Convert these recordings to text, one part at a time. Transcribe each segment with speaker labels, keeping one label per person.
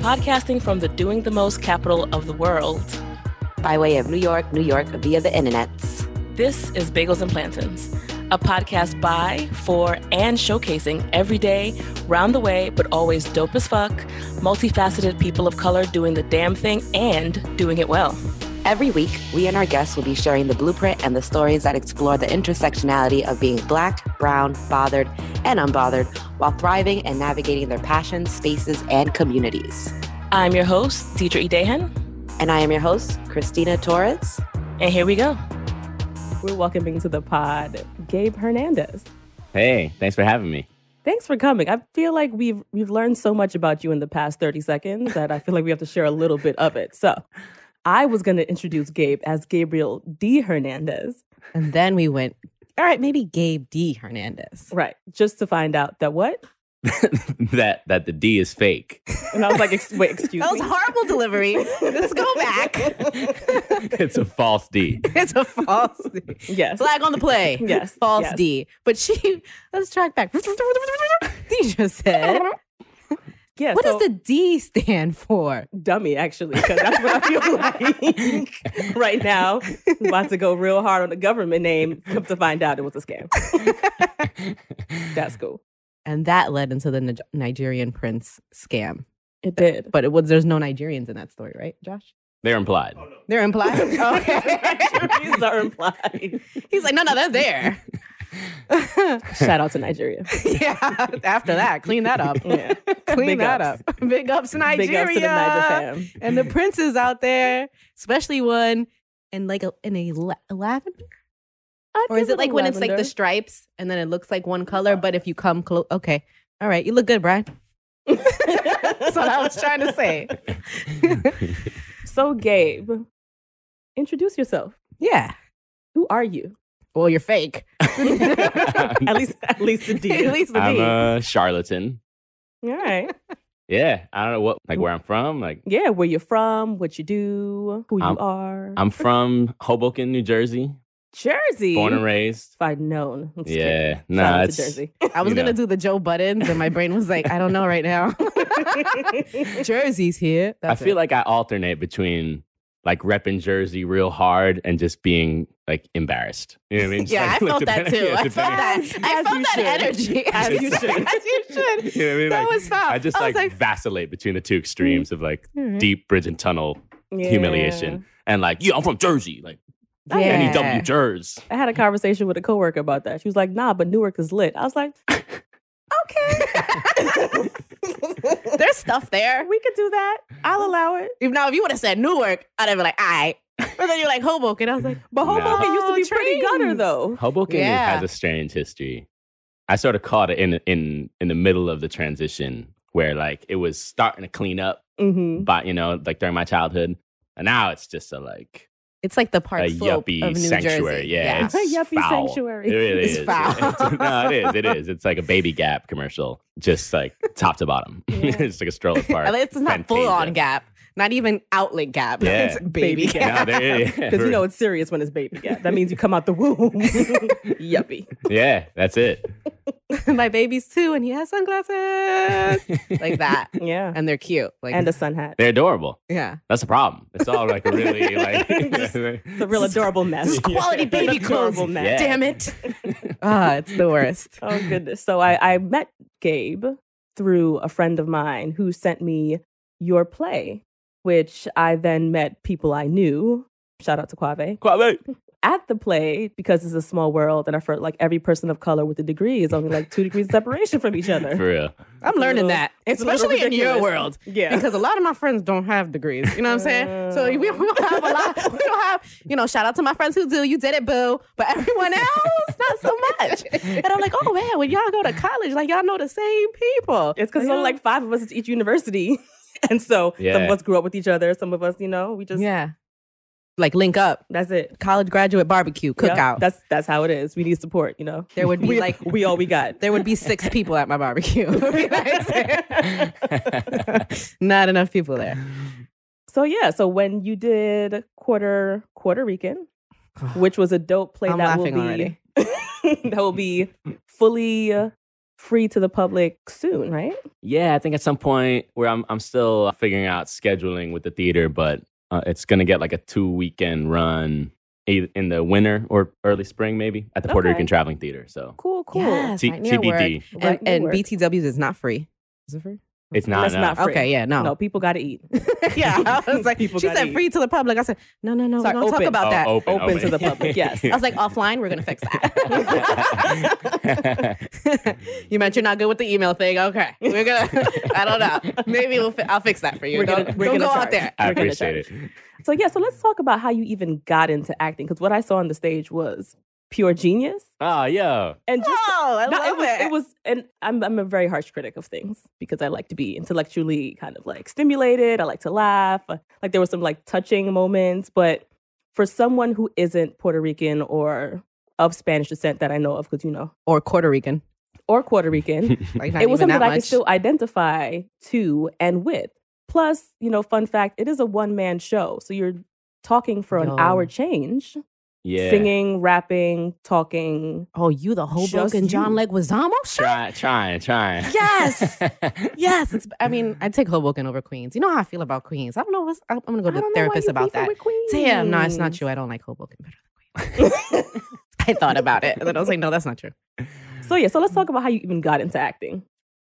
Speaker 1: broadcasting from the Doing the Most capital of the world.
Speaker 2: By way of New York, New York via the internets.
Speaker 1: This is Bagels and Plantains, a podcast by, for, and showcasing everyday, round the way, but always dope as fuck, multifaceted people of color doing the damn thing and doing it well.
Speaker 2: Every week, we and our guests will be sharing the blueprint and the stories that explore the intersectionality of being black, brown, bothered, and unbothered while thriving and navigating their passions, spaces, and communities.
Speaker 1: I'm your host, Deidre E. Edahan.
Speaker 2: And I am your host, Christina Torres.
Speaker 1: And here we go. We're welcoming to the pod Gabe Hernandez.
Speaker 3: Hey, thanks for having me.
Speaker 1: Thanks for coming. I feel like we've we've learned so much about you in the past 30 seconds that I feel like we have to share a little bit of it. So, I was going to introduce Gabe as Gabriel D. Hernandez.
Speaker 4: And then we went, all right, maybe Gabe D. Hernandez.
Speaker 1: Right. Just to find out that what?
Speaker 3: that that the D is fake.
Speaker 1: And I was like, ex- wait, excuse
Speaker 4: That
Speaker 1: me.
Speaker 4: was horrible delivery. Let's go back.
Speaker 3: it's a false D.
Speaker 4: it's a false D.
Speaker 1: yes.
Speaker 4: Flag on the play.
Speaker 1: Yes,
Speaker 4: False
Speaker 1: yes.
Speaker 4: D. But she, let's track back. D just said,
Speaker 1: Yeah,
Speaker 4: what
Speaker 1: so
Speaker 4: does the D stand for?
Speaker 1: dummy actually? Because that's what I feel like right now. About to go real hard on the government name. Come to find out, it was a scam. That's cool.
Speaker 4: And that led into the Ni- Nigerian prince scam.
Speaker 1: It did.
Speaker 4: But it was there's no Nigerians in that story, right, Josh?
Speaker 3: They're implied.
Speaker 4: They're implied. okay.
Speaker 1: Nigerians are implied.
Speaker 4: He's like, no, no, they're there.
Speaker 1: Shout out to Nigeria.
Speaker 4: yeah. After that, clean that up.
Speaker 1: Yeah.
Speaker 4: Clean
Speaker 1: Big
Speaker 4: that
Speaker 1: ups.
Speaker 4: up. Big ups to Nigeria.
Speaker 1: Big ups to the Niger fam.
Speaker 4: And the princes out there, especially one in like a, in a la- lavender.
Speaker 1: I'd
Speaker 4: Or is
Speaker 1: give
Speaker 4: it like
Speaker 1: a
Speaker 4: when it's like the
Speaker 1: lavender.
Speaker 4: stripes and then it looks like one color, but if you come close, okay. All right, you look good, Brian. That's what I was trying to say.
Speaker 1: so Gabe, introduce yourself.
Speaker 4: Yeah.
Speaker 1: Who are you?
Speaker 4: Well, you're fake.
Speaker 1: At least, at least the D.
Speaker 4: At least the
Speaker 3: I'm
Speaker 4: D.
Speaker 3: uh, a charlatan.
Speaker 1: All right.
Speaker 3: Yeah, I don't know what like where I'm from. Like
Speaker 1: Yeah, where you're from, what you do, who you
Speaker 3: I'm-
Speaker 1: are.
Speaker 3: I'm from Hoboken, New Jersey,
Speaker 1: Jersey.
Speaker 3: born and raised.
Speaker 1: If I'd known. I'm just kidding.
Speaker 3: Yeah,
Speaker 1: Shout
Speaker 3: nah,
Speaker 1: out to
Speaker 3: it's
Speaker 1: Jersey.
Speaker 4: I was
Speaker 3: you
Speaker 4: going to
Speaker 3: know.
Speaker 4: do the Joe Buttons, and my brain was like, I don't know right now. Jersey's here.
Speaker 3: I feel like I alternate between like repping Jersey real hard and just being like embarrassed. You know what I mean? Just,
Speaker 4: Yeah,
Speaker 3: like,
Speaker 4: I
Speaker 3: look,
Speaker 4: felt that
Speaker 3: depending-
Speaker 4: too.
Speaker 3: yeah,
Speaker 4: I felt
Speaker 3: depending-
Speaker 4: that. I
Speaker 1: As you
Speaker 4: felt that
Speaker 1: should.
Speaker 4: energy. As
Speaker 3: you should.
Speaker 4: As you should.
Speaker 3: You know what I mean?
Speaker 4: That
Speaker 3: Like,
Speaker 4: was foul.
Speaker 3: I just
Speaker 4: I was
Speaker 3: like,
Speaker 4: like- Mm-hmm.
Speaker 3: vacillate between the two extremes of like
Speaker 4: All right.
Speaker 3: deep bridge and tunnel
Speaker 1: Yeah.
Speaker 3: humiliation E and like, yeah, I'm from Jersey, like
Speaker 1: Yeah.
Speaker 3: NEW Jers.
Speaker 1: I had a conversation with a coworker about that. She was like, "Nah, but Newark is lit." I was like,
Speaker 4: okay. There's stuff there.
Speaker 1: "We could do that. I'll allow it."
Speaker 4: If now, if you would have said Newark, I'd have been like, I. But then you're like Hoboken. I was like,
Speaker 1: But
Speaker 3: Nah.
Speaker 1: Hoboken used to
Speaker 4: Oh,
Speaker 1: be pretty gutter,
Speaker 4: trains.
Speaker 1: though.
Speaker 3: Hoboken
Speaker 4: Yeah.
Speaker 3: has a strange history. I sort of caught it in in in the middle of the transition where like it was starting to clean up,
Speaker 1: Mm-hmm.
Speaker 3: but you know, like during my childhood, and now it's just a like
Speaker 4: it's like the park
Speaker 3: a
Speaker 4: slope of
Speaker 3: yuppie
Speaker 4: New
Speaker 3: sanctuary.
Speaker 4: Jersey.
Speaker 3: Yeah, it's
Speaker 1: Yuppie
Speaker 3: foul.
Speaker 1: sanctuary.
Speaker 3: It really
Speaker 4: It's
Speaker 3: is.
Speaker 4: foul.
Speaker 3: no, it is. It is. It's like a baby Gap commercial, just like top to bottom.
Speaker 1: Yeah.
Speaker 3: it's like a stroller park.
Speaker 4: And It's not full on
Speaker 3: Fantasia.
Speaker 4: gap. Not even outlet gap.
Speaker 3: Yeah.
Speaker 4: It's
Speaker 1: Baby
Speaker 4: baby, gap.
Speaker 3: No, there it is.
Speaker 1: Because you know it's serious when it's baby gap. That means you come out the womb. Yuppie.
Speaker 3: yeah, that's it.
Speaker 4: My baby's two, and he has sunglasses like that,
Speaker 1: Yeah.
Speaker 4: and they're cute. Like
Speaker 1: And a sun hat.
Speaker 3: They're adorable.
Speaker 4: yeah,
Speaker 3: That's the problem. It's all like a really like
Speaker 1: Just It's a real adorable mess.
Speaker 3: It's quality
Speaker 4: baby clothes.
Speaker 1: Adorable mess.
Speaker 3: Yeah.
Speaker 4: damn it. Ah, it's the worst.
Speaker 1: Oh goodness. So I, I met Gabe through a friend of mine who sent me your play, which I then met people I knew. Shout out to Quave
Speaker 3: Quality.
Speaker 1: at the play because it's a small world, and I felt like every person of color with a degree is only like two degrees separation from each other.
Speaker 3: For real.
Speaker 4: I'm
Speaker 1: It's a
Speaker 4: learning
Speaker 1: little-
Speaker 4: that,
Speaker 1: It's a little
Speaker 4: especially in your
Speaker 1: ridiculous.
Speaker 4: world.
Speaker 1: yeah.
Speaker 4: because a lot of my friends don't have degrees. You know what I'm saying? So we, we don't have a lot. We don't have, you know, shout out to my friends who do. You did it, boo. But everyone else, not so much. And I'm like, oh man, when y'all go to college, like y'all know the same people.
Speaker 1: it's because
Speaker 4: you
Speaker 1: there's only like five of us at each university, and so some of
Speaker 3: Yeah.
Speaker 1: us grew up with each other. Some of us, you know, we just
Speaker 4: yeah, like link up,
Speaker 1: that's it.
Speaker 4: college graduate barbecue
Speaker 1: Yeah,
Speaker 4: cookout.
Speaker 1: that's that's how it is. We need support. You know,
Speaker 4: there would be
Speaker 1: we
Speaker 4: like
Speaker 1: we all we got.
Speaker 4: there would be six people at my barbecue. You know what I'm saying? not enough people there.
Speaker 1: So yeah, so when you did quarter Puerto Rican, which was a dope play
Speaker 4: I'm
Speaker 1: that will
Speaker 4: laughing
Speaker 1: be
Speaker 4: already.
Speaker 1: that will be fully uh, free to the public soon, right?
Speaker 3: Yeah, I think at some point where I'm I'm still figuring out scheduling with the theater, but uh, it's gonna get like a two weekend run either in the winter or early spring, maybe at the Puerto
Speaker 1: Okay.
Speaker 3: Rican Traveling Theater. So
Speaker 1: Cool, cool.
Speaker 5: Yes,
Speaker 3: T-
Speaker 5: right near work.
Speaker 3: TBD.
Speaker 1: Right near
Speaker 5: And, and
Speaker 1: work.
Speaker 5: BTWs is not free. Is it free?
Speaker 3: it's not. uh,
Speaker 1: That's
Speaker 3: no.
Speaker 1: not free.
Speaker 5: Okay, yeah, no.
Speaker 1: No, people got to eat.
Speaker 5: yeah, I was like,
Speaker 1: People
Speaker 5: she
Speaker 1: gotta
Speaker 5: said
Speaker 1: eat.
Speaker 5: free to the public. I said, no, no, no,
Speaker 1: Sorry,
Speaker 5: we don't
Speaker 1: open.
Speaker 5: talk about
Speaker 3: Oh,
Speaker 5: that.
Speaker 3: open,
Speaker 1: Open to the public, yes.
Speaker 5: I was like, offline, we're gonna fix that. you meant you're not good with the email thing. Okay, we're gonna. I don't know. Maybe we'll. Fi- I'll fix that for you.
Speaker 1: We're
Speaker 5: don't
Speaker 1: gonna- we're
Speaker 5: don't
Speaker 1: gonna
Speaker 5: go
Speaker 1: charge.
Speaker 5: out there.
Speaker 3: I
Speaker 1: We're gonna
Speaker 3: appreciate it.
Speaker 1: So yeah, so let's talk about how you even got into acting because what I saw on the stage was pure genius
Speaker 3: Oh, yo.
Speaker 1: and just
Speaker 5: Oh, I
Speaker 1: No,
Speaker 5: love
Speaker 1: it was it was and I'm I'm a very harsh critic of things because I like to be intellectually kind of like stimulated. I like to laugh. Like there were some like touching moments, but for someone who isn't Puerto Rican or of Spanish descent that I know of, because you know,
Speaker 5: or Puerto Rican.
Speaker 1: or Puerto Rican,
Speaker 5: Like not
Speaker 1: it was
Speaker 5: even
Speaker 1: something that I
Speaker 5: much.
Speaker 1: could still identify to and with. Plus, you know, fun fact, it is a one man show. So you're talking for
Speaker 5: Yo.
Speaker 1: an hour change,
Speaker 3: Yeah.
Speaker 1: singing, rapping, talking.
Speaker 5: Oh, you the
Speaker 1: Just
Speaker 5: Hoboken John
Speaker 1: you.
Speaker 5: Leguizamo? Sure.
Speaker 3: Try, trying, trying.
Speaker 5: Yes. Yes, it's, I mean, I take Hoboken over Queens. You know how I feel about Queens. I don't know. What's, I'm I'm gonna go
Speaker 1: I
Speaker 5: to a
Speaker 1: don't know why
Speaker 5: therapist
Speaker 1: you
Speaker 5: about
Speaker 1: beefing
Speaker 5: that.
Speaker 1: with
Speaker 5: Damn, no, it's
Speaker 1: Queens.
Speaker 5: not true. I don't like Hoboken better than Queens. I thought about it, and then I was like, no, that's not true.
Speaker 1: So yeah, so let's talk about how you even got into acting.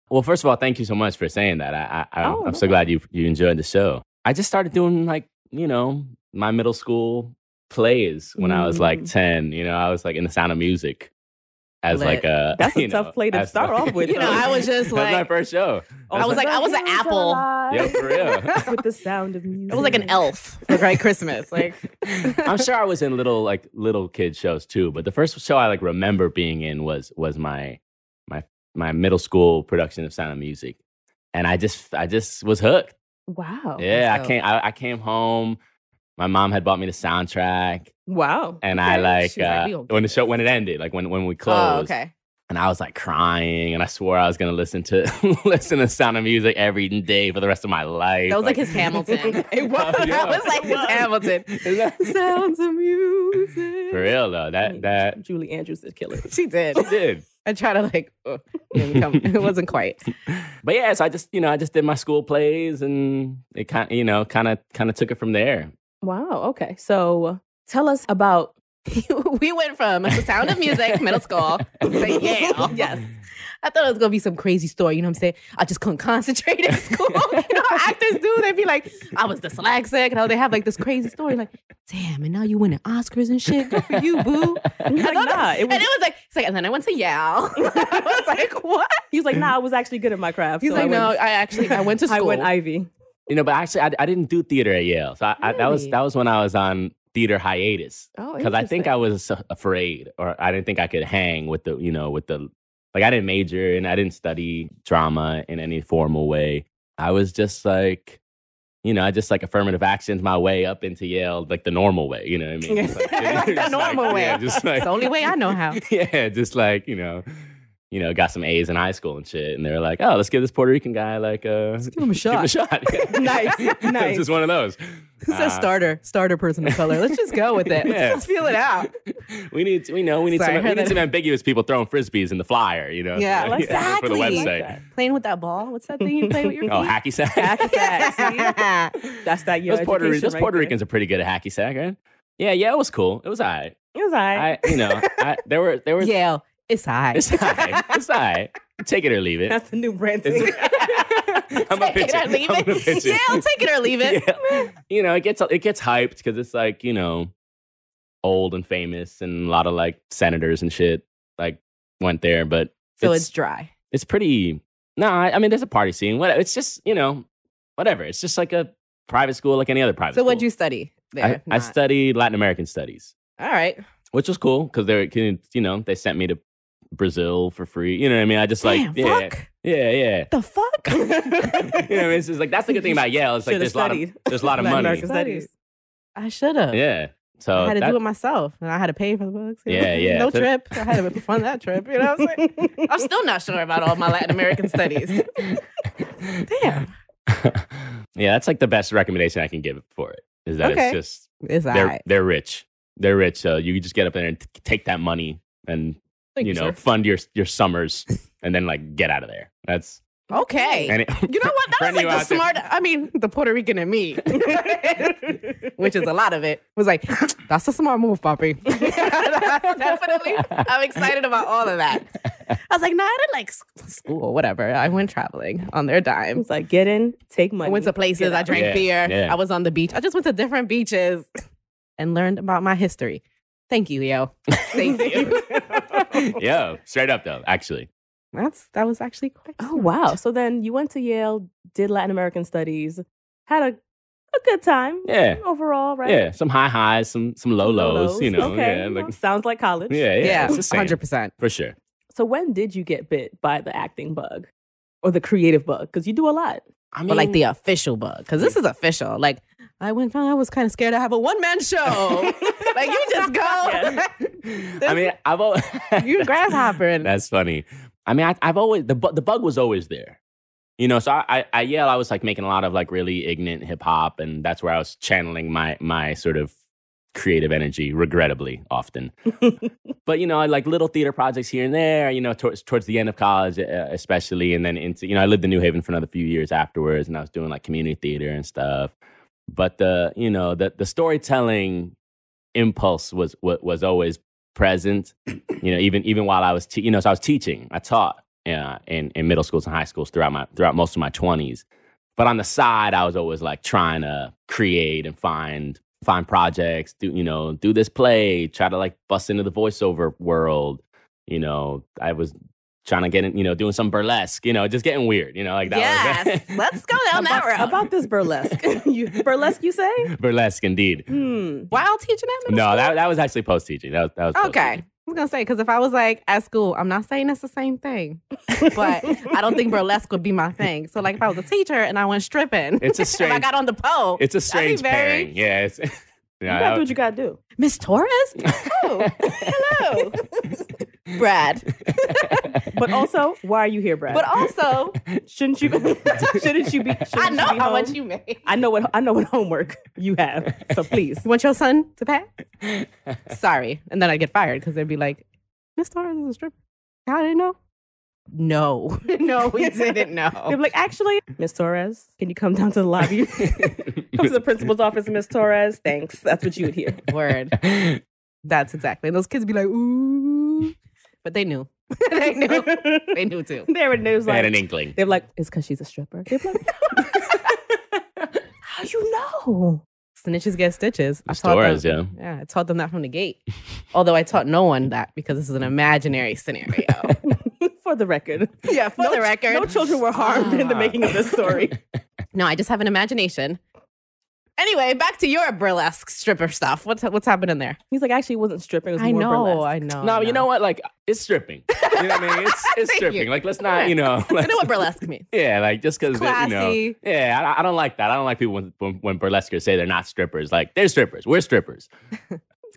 Speaker 3: Well, first of all, thank you so much for saying that. I, I, I
Speaker 1: Oh,
Speaker 3: I'm
Speaker 1: no
Speaker 3: so glad you you enjoyed the show. I just started doing like you know my middle school plays when I was like
Speaker 1: Mm.
Speaker 3: ten. You know, I was like in the Sound of Music as
Speaker 5: Lit.
Speaker 3: like a
Speaker 1: That's a
Speaker 3: you
Speaker 1: tough
Speaker 3: know,
Speaker 1: play to
Speaker 3: as
Speaker 1: start
Speaker 3: like-
Speaker 1: off with, Oh,
Speaker 5: You know, I was just
Speaker 3: that was my
Speaker 5: like,
Speaker 3: first show.
Speaker 5: I was like, I was an apple.
Speaker 3: Yeah, for real.
Speaker 1: With the sound of music.
Speaker 5: It was like an elf for Great Christmas. Like,
Speaker 3: I'm sure I was in little like little kid shows too, but the first show I like remember being in was was my my my middle school production of Sound of Music, and I just I just was hooked.
Speaker 1: Wow.
Speaker 3: yeah,
Speaker 5: Oh, dope.
Speaker 3: I came I, I came home. My mom had bought me the soundtrack,
Speaker 1: Wow.
Speaker 3: and I
Speaker 5: Okay.
Speaker 3: like,
Speaker 5: She's like,
Speaker 3: uh,
Speaker 5: "We gonna do
Speaker 3: when the
Speaker 5: this."
Speaker 3: show when it ended, like when when we
Speaker 5: oh,
Speaker 3: closed,
Speaker 5: okay.
Speaker 3: and I was like crying, and I swore I was gonna listen to listen to Sound of Music every day for the rest of my life.
Speaker 5: That was like his Hamilton. It was. That was like his Hamilton.
Speaker 3: Isn't that-
Speaker 5: Sounds of music.
Speaker 3: For real though, that that
Speaker 1: Julie Andrews did kill it.
Speaker 5: She did.
Speaker 3: she did.
Speaker 5: I tried to like, oh, didn't come. it wasn't quite.
Speaker 3: But yeah, so I just you know I just did my school plays, and it kind you know kind of kind of took it from there.
Speaker 1: Wow. Okay. So tell us about
Speaker 5: we went from the sound of music, middle school, to Yale. Yes. I thought it was gonna be some crazy story, you know what I'm saying? I just couldn't concentrate in school. you know how actors do? They'd be like, I was dyslexic, and how they have like this crazy story, like, damn, and now you winning Oscars and shit. Good for you, boo.
Speaker 1: He was like,
Speaker 5: I thought-
Speaker 1: nah, it
Speaker 5: and it
Speaker 1: was,
Speaker 5: was like, it's like, and then I went to Yale. I was like, what?
Speaker 1: he was like, nah, I was actually good at my craft.
Speaker 5: He's
Speaker 1: so
Speaker 5: like,
Speaker 1: I
Speaker 5: no,
Speaker 1: went-
Speaker 5: I actually I went to school.
Speaker 1: I went Ivy.
Speaker 3: You know, but actually I, I didn't do theater at Yale, so I, I, that was
Speaker 5: Really?
Speaker 3: that was when I was on theater hiatus.
Speaker 1: Oh,
Speaker 3: because I think I was a- afraid, or I didn't think I could hang with the, you know, with the, like I didn't major and I didn't study drama in any formal way. I was just like, you know, I just like affirmative actions my way up into Yale, like the normal way. You know what I mean? Just,
Speaker 5: The
Speaker 3: just,
Speaker 5: normal way.
Speaker 3: Yeah, just like
Speaker 5: It's the only way I know how.
Speaker 3: yeah, just like you know, you know, got some A's in high school and shit, and they were like, oh, let's give this Puerto Rican guy like a.
Speaker 5: Give him a
Speaker 3: Give him a
Speaker 5: shot.
Speaker 3: shot.
Speaker 5: Nice,
Speaker 3: It was
Speaker 5: nice.
Speaker 3: Just one of those.
Speaker 5: This is a
Speaker 3: Uh,
Speaker 5: starter, starter person of color. Let's just go with it.
Speaker 3: Yeah.
Speaker 5: Let's just feel it out.
Speaker 3: we need we know we need
Speaker 5: Sorry, I
Speaker 3: some we
Speaker 5: heard
Speaker 3: need
Speaker 5: that.
Speaker 3: some ambiguous people throwing frisbees in the flyer, you know.
Speaker 5: Yeah,
Speaker 3: so- for the
Speaker 5: exactly. Mm-hmm.
Speaker 3: website.
Speaker 5: Playing with that ball. What's that thing you play with your feet?
Speaker 3: Oh, hacky sack.
Speaker 1: Hacky sack. see? That's that year.
Speaker 3: those Puerto, those Puerto Ricans are pretty good at hacky sack, right? Yeah, yeah, it was cool. It was all right.
Speaker 1: It was all right.
Speaker 3: I, you know, I, there were there were
Speaker 5: Yale. It's high.
Speaker 3: it's all right. It's all right. Take it or leave it.
Speaker 1: That's the new brand thing.
Speaker 3: It's- I'm gonna
Speaker 5: take
Speaker 3: pitch
Speaker 5: it or leave
Speaker 3: I'm gonna
Speaker 5: it.
Speaker 3: pitch
Speaker 5: Yale, take it or leave it.
Speaker 3: Yeah. You know, it gets it gets hyped because it's like you know, old and famous, and a lot of like senators and shit like went there. But
Speaker 5: So it's, dry.
Speaker 3: it's pretty no I, I mean there's a party scene whatever it's just you know whatever it's just like a private school like any other private
Speaker 5: So
Speaker 3: school
Speaker 5: what'd you study there?
Speaker 3: I,
Speaker 5: if
Speaker 3: I
Speaker 5: not?
Speaker 3: studied latin american studies
Speaker 5: All right.
Speaker 3: which was cool because they were you know they sent me to brazil for free you know what i mean i just
Speaker 5: Damn,
Speaker 3: like yeah
Speaker 5: fuck.
Speaker 3: yeah yeah
Speaker 5: The fuck?
Speaker 3: you know what I mean? it's just like that's the good thing about yale it's like
Speaker 1: Shoulda
Speaker 3: there's a lot of
Speaker 1: studied.
Speaker 3: there's a lot of
Speaker 1: Latin
Speaker 3: money
Speaker 1: American studies.
Speaker 5: I should have.
Speaker 3: yeah so
Speaker 5: I had to
Speaker 3: that-
Speaker 5: do it myself, and I had to pay for the books. you
Speaker 3: Yeah,
Speaker 5: know?
Speaker 3: yeah.
Speaker 5: No
Speaker 3: So-
Speaker 5: trip. I had to fund that trip. You know what I'm saying? I'm still not sure about all my Latin American studies. Damn.
Speaker 3: yeah that's like the best recommendation i can give for it is that
Speaker 5: Okay.
Speaker 3: it's just
Speaker 5: It's all
Speaker 3: they're
Speaker 5: right.
Speaker 3: they're rich. They're rich. So you just get up there and t- take that money and you know fund your your summers and then like get out of there. That's
Speaker 5: Okay.
Speaker 3: and it,
Speaker 5: you know what?
Speaker 3: For
Speaker 5: That was like
Speaker 3: anyone
Speaker 5: the
Speaker 3: out there-
Speaker 5: smart. I mean, the Puerto Rican in me, which is a lot of it, was like, that's a smart move, Poppy. That's definitely. I'm excited about all of that. I was like, nah, I didn't like s- school, whatever. I went traveling on their dime.
Speaker 1: It's like get in, take
Speaker 5: I
Speaker 1: money.
Speaker 5: went to places. I drank
Speaker 3: Yeah,
Speaker 5: beer.
Speaker 3: yeah.
Speaker 5: I was on the beach. I just went to different beaches and learned about my history. Thank you, yo. Thank you.
Speaker 3: yeah, straight up though. Actually,
Speaker 5: That's that was actually quite.
Speaker 1: Oh
Speaker 5: smart.
Speaker 1: wow! So then you went to Yale, did Latin American studies, had a a good time.
Speaker 3: Yeah.
Speaker 1: Overall, right?
Speaker 3: yeah, some high highs, some some low lows. You know,
Speaker 1: Okay.
Speaker 3: yeah,
Speaker 1: you
Speaker 3: like
Speaker 1: know, sounds like college.
Speaker 3: yeah, yeah,
Speaker 5: Yeah,
Speaker 3: it's the same,
Speaker 5: hundred percent.
Speaker 3: for sure.
Speaker 1: So when did you get bit by the acting bug or the creative bug? Because you do a lot.
Speaker 3: I mean,
Speaker 5: but like the official bug because this is official like i went i was kind of scared to have a one-man show Oh, like you just go
Speaker 1: Yeah.
Speaker 3: I mean, I've always
Speaker 5: you grasshopper and
Speaker 3: That's funny. I mean, I, I've always the bu- the bug was always there, you know. So I, I at Yale, I was like making a lot of like really ignorant hip hop, and that's where I was channeling my my sort of creative energy, regrettably often. but you know, I like little theater projects here and there. You know, towards towards the end of college, uh, especially, and then into you know, I lived in New Haven for another few years afterwards, and I was doing like community theater and stuff. But the you know the the storytelling impulse was was, was always present you know even even while i was te- you know so i was teaching i taught uh, in in middle schools and high schools throughout my throughout most of my 20s but on the side i was always like trying to create and find find projects do you know do this play try to like bust into the voiceover world you know i was trying to get in you know doing some burlesque you know just getting weird you know like that
Speaker 5: yes
Speaker 3: was
Speaker 5: let's go down that
Speaker 1: about,
Speaker 5: road
Speaker 1: about this burlesque. you, burlesque, you say?
Speaker 3: burlesque indeed
Speaker 1: Hmm.
Speaker 5: while teaching at
Speaker 3: no
Speaker 5: middle school?
Speaker 3: that, that was actually post teaching that was, that was
Speaker 5: okay
Speaker 3: post-teaching.
Speaker 5: i was gonna say because if i was like at school i'm not saying it's the same thing but i don't think burlesque would be my thing so like if i was a teacher and i went stripping
Speaker 3: it's a
Speaker 5: if i
Speaker 3: strange
Speaker 5: got on the pole
Speaker 3: it's a
Speaker 5: That'd be
Speaker 3: strange
Speaker 5: very-
Speaker 3: pairing yeah it's
Speaker 1: you
Speaker 3: yeah,
Speaker 1: gotta
Speaker 3: that
Speaker 1: do
Speaker 3: was-
Speaker 1: what you gotta do.
Speaker 5: miss torres oh hello brad
Speaker 1: But also, why are you here, Brad?
Speaker 5: but also
Speaker 1: shouldn't you? shouldn't you be? Shouldn't
Speaker 5: i know
Speaker 1: you be
Speaker 5: how
Speaker 1: home?
Speaker 5: much you made
Speaker 1: I know what I know what homework you have. So please.
Speaker 5: You want your son to pay? Sorry. And then I get fired because they'd be like, Miss Torres is a stripper. How did you know? No. no, we didn't
Speaker 1: They're
Speaker 5: know.
Speaker 1: like, actually, Miss Torres, can you come down to the lobby? come to the principal's office, Miss Torres. Thanks. That's what you would hear.
Speaker 5: Word. That's exactly. And those kids be like, ooh. But they knew. they knew.
Speaker 1: they
Speaker 5: They knew too.
Speaker 1: were news
Speaker 3: they had an
Speaker 1: like
Speaker 3: inkling.
Speaker 1: they're like, it's because she's a stripper. They're like, how you know?
Speaker 5: Snitches get stitches. I taught
Speaker 3: Stores,
Speaker 5: them.
Speaker 3: yeah.
Speaker 5: Yeah, I taught them that from the gate. Although I taught no one that because this is an imaginary scenario.
Speaker 1: For the record,
Speaker 5: yeah, for
Speaker 1: No
Speaker 5: the
Speaker 1: ch-
Speaker 5: record. Ah.
Speaker 1: no children were harmed in the making of this story.
Speaker 5: No, I just have an imagination. Anyway, back to your burlesque stripper stuff. What's what's happening there?
Speaker 1: He's like, actually, it wasn't stripping. It was more burlesque.
Speaker 5: I know.
Speaker 3: Oh, No, you know what? Like it's stripping. You know what I mean? It's it's
Speaker 5: Thank
Speaker 3: stripping.
Speaker 5: you.
Speaker 3: Like let's not, you know.
Speaker 5: I
Speaker 3: let's-
Speaker 5: know what burlesque means.
Speaker 3: Yeah, like just because you know.
Speaker 5: Classy.
Speaker 3: Yeah, I, I don't like that. I don't like people when when, when burlesquers say they're not strippers. Like they're strippers. We're strippers.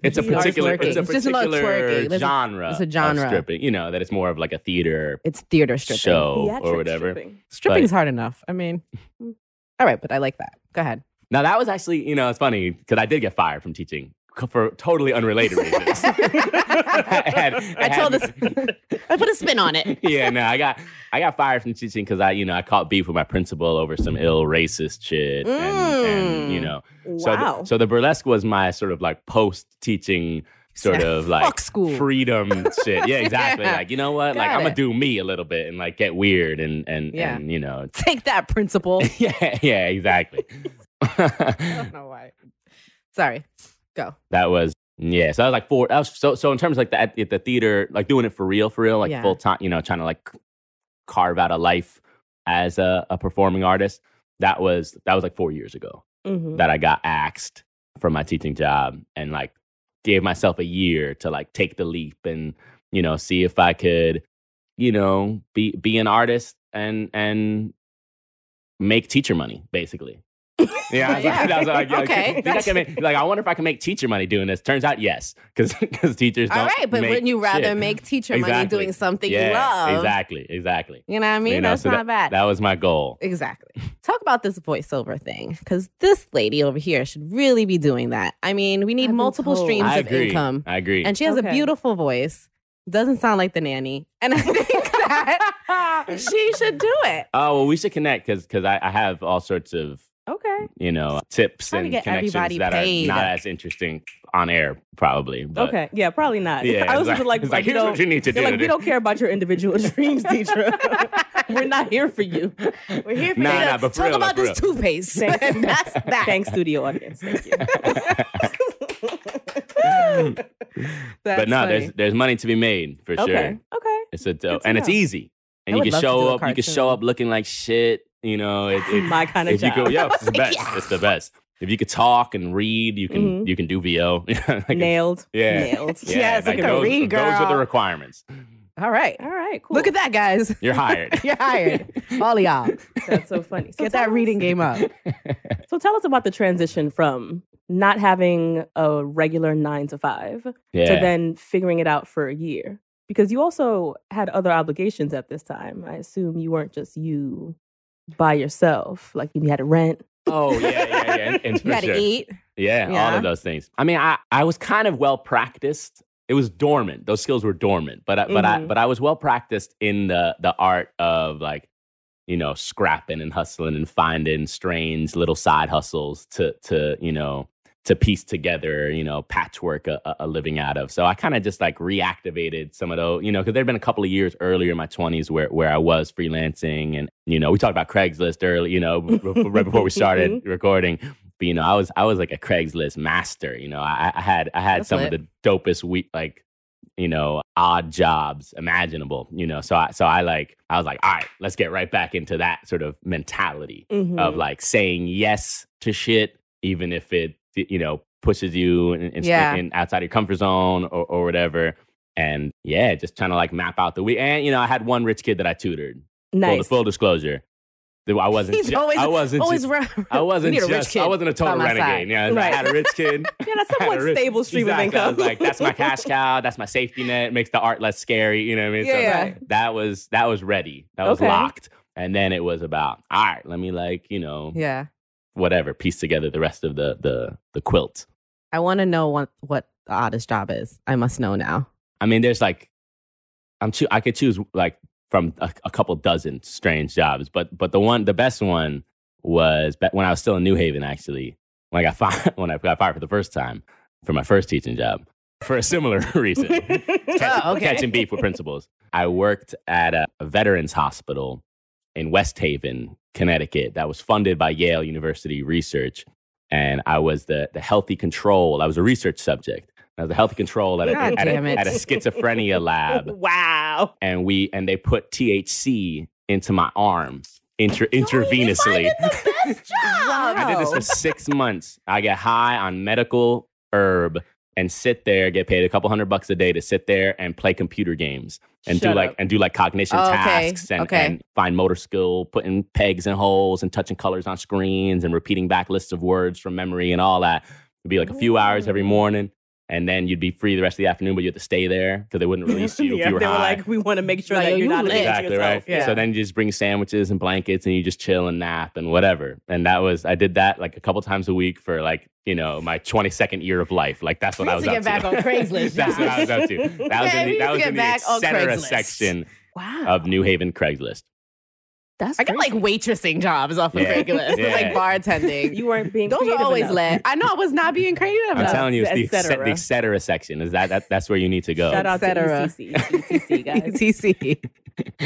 Speaker 3: It's a
Speaker 5: We are
Speaker 3: particular,
Speaker 5: twerking.
Speaker 3: it's a
Speaker 5: It's just a little twerking.
Speaker 3: particular
Speaker 5: It's a-
Speaker 3: genre.
Speaker 5: it's a
Speaker 3: of
Speaker 5: genre.
Speaker 3: stripping. You know that it's more of like a theater
Speaker 5: It's theater stripping.
Speaker 3: show Oh, or
Speaker 1: Theatric
Speaker 3: whatever.
Speaker 1: stripping.
Speaker 5: Stripping's hard enough. I mean, mm. all right, but I like that. Go ahead.
Speaker 3: Now that was actually, you know, it's funny because I did get fired from teaching c- for totally unrelated reasons. I, had- I
Speaker 5: I told
Speaker 3: had-
Speaker 5: this. I put a spin on it.
Speaker 3: yeah, no, I got I got fired from teaching because I, you know, I caught beef with my principal over some ill racist shit, and, and you
Speaker 5: Mm.
Speaker 3: know, so the-
Speaker 1: Wow.
Speaker 3: so the burlesque was my sort of like post teaching sort of like
Speaker 5: Fuck school.
Speaker 3: freedom shit. Yeah, exactly.
Speaker 5: Yeah.
Speaker 3: Like you know what, like
Speaker 5: Got
Speaker 3: I'm gonna
Speaker 5: it.
Speaker 3: do me a little bit and like get weird and and
Speaker 5: Yeah.
Speaker 3: and you know,
Speaker 5: Take that principle. I
Speaker 3: yeah, yeah, exactly.
Speaker 5: don't know why. Sorry. Go.
Speaker 3: That was yeah. So I was like four. I was, so so in terms of like the at the theater, like doing it for real, for real, like
Speaker 5: Yeah.
Speaker 3: full time. You know, trying to like carve out a life as a, a performing artist. That was that was like four years ago
Speaker 1: Mhm.
Speaker 3: that I got axed from my teaching job and like gave myself a year to like take the leap and you know see if I could you know be be an artist and and make teacher money basically. Yeah, I was like,
Speaker 5: Yeah.
Speaker 3: I was like, yeah,
Speaker 5: Okay.
Speaker 3: think I can make- like I wonder if I can make teacher money doing this. Turns out yes, because teachers.
Speaker 5: All
Speaker 3: don't
Speaker 5: right, but
Speaker 3: make
Speaker 5: wouldn't you rather
Speaker 3: shit.
Speaker 5: make teacher money
Speaker 3: Exactly.
Speaker 5: doing something
Speaker 3: yeah,
Speaker 5: you love?
Speaker 3: Exactly, exactly.
Speaker 5: You know what I mean?
Speaker 3: You know,
Speaker 5: That's
Speaker 3: so
Speaker 5: not bad.
Speaker 3: That was my goal.
Speaker 5: Exactly. Talk about this voiceover thing because this lady over here should really be doing that. I mean, we
Speaker 1: I've
Speaker 5: need
Speaker 1: been
Speaker 5: multiple
Speaker 1: told.
Speaker 5: streams
Speaker 3: I
Speaker 5: of
Speaker 3: agree.
Speaker 5: income.
Speaker 3: I agree.
Speaker 5: And she has a
Speaker 1: Okay.
Speaker 5: beautiful voice, doesn't sound like the nanny. And I think that, she should do it.
Speaker 3: Oh well, we should connect because I, I have all sorts of
Speaker 5: Okay.
Speaker 3: you know tips
Speaker 5: Trying to
Speaker 3: and
Speaker 5: get
Speaker 3: connections
Speaker 5: everybody
Speaker 3: that
Speaker 5: paid.
Speaker 3: are not as interesting on air probably. But
Speaker 1: Okay. Yeah, probably not.
Speaker 3: Yeah,
Speaker 1: I
Speaker 3: it's
Speaker 1: was just like,
Speaker 3: it's
Speaker 1: like, you
Speaker 3: here's
Speaker 1: know,
Speaker 3: what you need to do.
Speaker 1: they're like, we
Speaker 3: to-
Speaker 1: don't care about your individual dreams, Deidre. We're not here for you.
Speaker 5: We're here for
Speaker 3: Nah,
Speaker 5: you.
Speaker 3: nah, but for
Speaker 5: Talk
Speaker 3: real,
Speaker 5: about
Speaker 3: for
Speaker 5: this toothpaste.
Speaker 1: Thank you.
Speaker 5: That's that.
Speaker 1: Thanks, studio audience. Thank you.
Speaker 5: That's
Speaker 3: but no,
Speaker 5: funny.
Speaker 3: there's there's money to be made for
Speaker 1: Okay.
Speaker 3: sure.
Speaker 1: Okay.
Speaker 3: It's a
Speaker 1: Good
Speaker 3: dope,
Speaker 1: to
Speaker 3: and it's
Speaker 1: know.
Speaker 3: easy, and
Speaker 1: I
Speaker 3: you
Speaker 1: would
Speaker 3: can
Speaker 1: love to do
Speaker 3: show
Speaker 1: a
Speaker 3: up. You can show
Speaker 1: cartoon.
Speaker 3: up looking like shit. You know, it, it,
Speaker 1: My kind of
Speaker 3: if you
Speaker 1: job.
Speaker 3: could, yeah, it's the best. It's the best. If you could talk and read, you can
Speaker 1: Mhm.
Speaker 3: you can do VO. Like,
Speaker 1: Nailed.
Speaker 3: yeah.
Speaker 1: Nailed.
Speaker 3: Yeah,
Speaker 5: Yes, I
Speaker 3: like
Speaker 5: can
Speaker 3: those,
Speaker 5: read,
Speaker 3: those are the
Speaker 5: girl.
Speaker 3: requirements.
Speaker 5: All right.
Speaker 1: All right. Cool.
Speaker 5: Look at that, guys.
Speaker 3: You're hired.
Speaker 5: You're hired. All of y'all.
Speaker 1: That's so funny. So
Speaker 5: Get that
Speaker 1: tell
Speaker 5: reading
Speaker 1: us-
Speaker 5: game up.
Speaker 1: So tell us about the transition from not having a regular nine to five
Speaker 3: yeah.
Speaker 1: to then figuring it out for a year. Because you also had other obligations at this time. I assume you weren't just you by yourself. Like you had to rent.
Speaker 3: oh yeah, yeah, yeah. And, and for
Speaker 5: You gotta
Speaker 3: sure.
Speaker 5: eat.
Speaker 3: Yeah, all
Speaker 5: Yeah.
Speaker 3: of those things. I mean, I, I was kind of well practiced. It was dormant. Those skills were dormant, but I, but I
Speaker 1: Mhm.
Speaker 3: but I was well practiced in the the art of like, you know, scrapping and hustling and finding strange little side hustles to to you know to piece together you know patchwork a, a- a living out of. So I kind of just like reactivated some of those you know because there'd been a couple of years earlier in my twenties where where I was freelancing and you know we talked about Craigslist early you know b- b- right before we started recording but you know, I was I was like a Craigslist master. You know, I, I had I had
Speaker 5: That's
Speaker 3: some of
Speaker 5: lit.
Speaker 3: the dopest week like you know odd jobs imaginable. You know, so I so I like I was like, all right, let's get right back into that sort of mentality
Speaker 5: Mm-hmm.
Speaker 1: Mhm.
Speaker 3: of like saying yes to shit, even if it you know pushes you in, in,
Speaker 5: Yeah.
Speaker 3: in- outside your comfort zone or, or whatever. And yeah, just trying to like map out the week. And you know, I had one rich kid that I tutored. Full-
Speaker 1: nice.
Speaker 3: Full, disclosure, I wasn't.
Speaker 5: He's
Speaker 3: ju-
Speaker 5: always-
Speaker 3: I wasn't. ju-
Speaker 5: Always run.
Speaker 3: I wasn't
Speaker 5: need a
Speaker 3: just.
Speaker 5: rich kid
Speaker 3: I wasn't a total
Speaker 5: by my
Speaker 3: renegade.
Speaker 5: side.
Speaker 3: Yeah, I
Speaker 1: Right.
Speaker 3: had a rich kid.
Speaker 1: yeah, that's
Speaker 3: I had a
Speaker 1: somewhat
Speaker 3: rich-
Speaker 1: stable stream
Speaker 3: exactly.
Speaker 1: of
Speaker 3: I
Speaker 1: income.
Speaker 3: was like, that's my cash cow. That's my safety net. It makes the art less scary. You know what I mean? So
Speaker 5: Yeah,
Speaker 1: yeah.
Speaker 3: That was that was ready. That was
Speaker 1: Okay.
Speaker 3: locked. And then it was about all right. Let me like you know
Speaker 5: Yeah.
Speaker 3: whatever piece together the rest of the the the quilt.
Speaker 5: I want to know what what the oddest job is. I must know now.
Speaker 3: I mean, there's like I'm choo- I could choose like from a, a couple dozen strange jobs, but but the one the best one was ba- when I was still in New Haven actually. When I got fired, when I got fired for the first time for my first teaching job for a similar reason, catching,
Speaker 5: Oh, okay.
Speaker 3: catching beef with principals. I worked at a, a veterans hospital in West Haven, Connecticut, that was funded by Yale University Research, and I was the the healthy control. I was a research subject. I was the healthy control at a,
Speaker 5: God
Speaker 3: at a,
Speaker 5: damn it.
Speaker 3: at a schizophrenia lab
Speaker 1: wow.
Speaker 3: and we and they put THC into my arm intra- intravenously. I did this for six months. I get high on medical herb and sit there, get paid a couple hundred bucks a day to sit there and play computer games and do
Speaker 1: Shut
Speaker 3: like
Speaker 1: up.
Speaker 3: and do like cognition
Speaker 5: Oh, okay,
Speaker 3: tasks and,
Speaker 5: okay.
Speaker 3: and find motor skill, putting pegs in holes and touching colors on screens and repeating back lists of words from memory and all that. It'd be like a few hours every morning. And then you'd be free the rest of the afternoon, but you had to stay there because they wouldn't release you
Speaker 1: Yeah,
Speaker 3: if you were
Speaker 1: they were
Speaker 3: high
Speaker 1: like, we want to make sure
Speaker 5: Like,
Speaker 1: that
Speaker 5: yo,
Speaker 1: you're
Speaker 5: you
Speaker 1: not
Speaker 5: lit.
Speaker 1: addicted to
Speaker 3: exactly
Speaker 1: yourself.
Speaker 3: right.
Speaker 5: Yeah.
Speaker 3: So then you just bring sandwiches and blankets and you just chill and nap and whatever. And that was I did that like a couple times a week for like you know my 22nd year of life. Like that's what
Speaker 5: We
Speaker 3: I
Speaker 5: need
Speaker 3: was
Speaker 5: to
Speaker 3: up
Speaker 5: get back on Craigslist,
Speaker 3: that's what I was up to. That was
Speaker 5: Yeah,
Speaker 3: in
Speaker 5: we
Speaker 3: the,
Speaker 5: need to
Speaker 3: that was
Speaker 5: get
Speaker 3: in
Speaker 5: back on
Speaker 3: the etc.
Speaker 5: Craigslist.
Speaker 3: section
Speaker 1: Wow.
Speaker 3: of New Haven Craigslist.
Speaker 1: That's
Speaker 5: I got like waitressing jobs off of
Speaker 3: Yeah.
Speaker 5: Craigslist,
Speaker 3: Yeah.
Speaker 5: like bartending.
Speaker 1: you weren't being
Speaker 5: Those are
Speaker 1: creative
Speaker 5: always
Speaker 1: enough.
Speaker 5: lit. I know I was not being creative.
Speaker 3: I'm
Speaker 5: enough.
Speaker 3: telling you, it's
Speaker 1: the
Speaker 3: the
Speaker 1: et cetera.
Speaker 3: etc. cetera section. Is that, that that's where you need to go?
Speaker 1: Shout out to E
Speaker 5: Etc.
Speaker 1: ECC, ETC guys.
Speaker 5: ETC.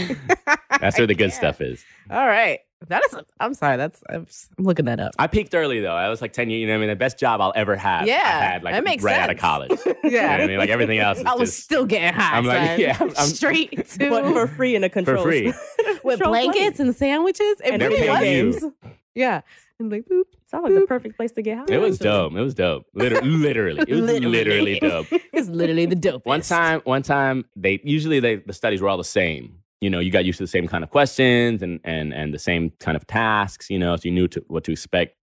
Speaker 3: that's where the good stuff is.
Speaker 5: All right. That is. I'm sorry. That's. I'm, s- I'm looking that up.
Speaker 3: I peaked early though. I was like 10 years. You know, what I mean, the best job I'll ever have.
Speaker 5: Yeah,
Speaker 3: I had like
Speaker 5: that makes
Speaker 3: right out of
Speaker 5: sense.
Speaker 3: college. You know what I mean, like everything else. Is
Speaker 5: I was
Speaker 3: just,
Speaker 5: still getting high.
Speaker 3: I'm like,
Speaker 5: son.
Speaker 3: yeah, I'm- I'm-
Speaker 5: straight to
Speaker 1: But for free in a
Speaker 3: for
Speaker 1: control
Speaker 3: free.
Speaker 5: with
Speaker 1: control
Speaker 5: blankets and sandwiches and,
Speaker 1: And
Speaker 3: They're
Speaker 5: video
Speaker 3: paying you.
Speaker 5: games. Yeah, and like boop.
Speaker 1: Sounds like the perfect place to get high.
Speaker 3: It was dope. It was dope. Literally, literally, it was
Speaker 5: Literally.
Speaker 3: literally dope.
Speaker 5: It's literally the dopest.
Speaker 3: One time, one time, they usually they, the studies were all the same. You know, you got used to the same kind of questions and and and the same kind of tasks. You know, so you knew to, what to expect.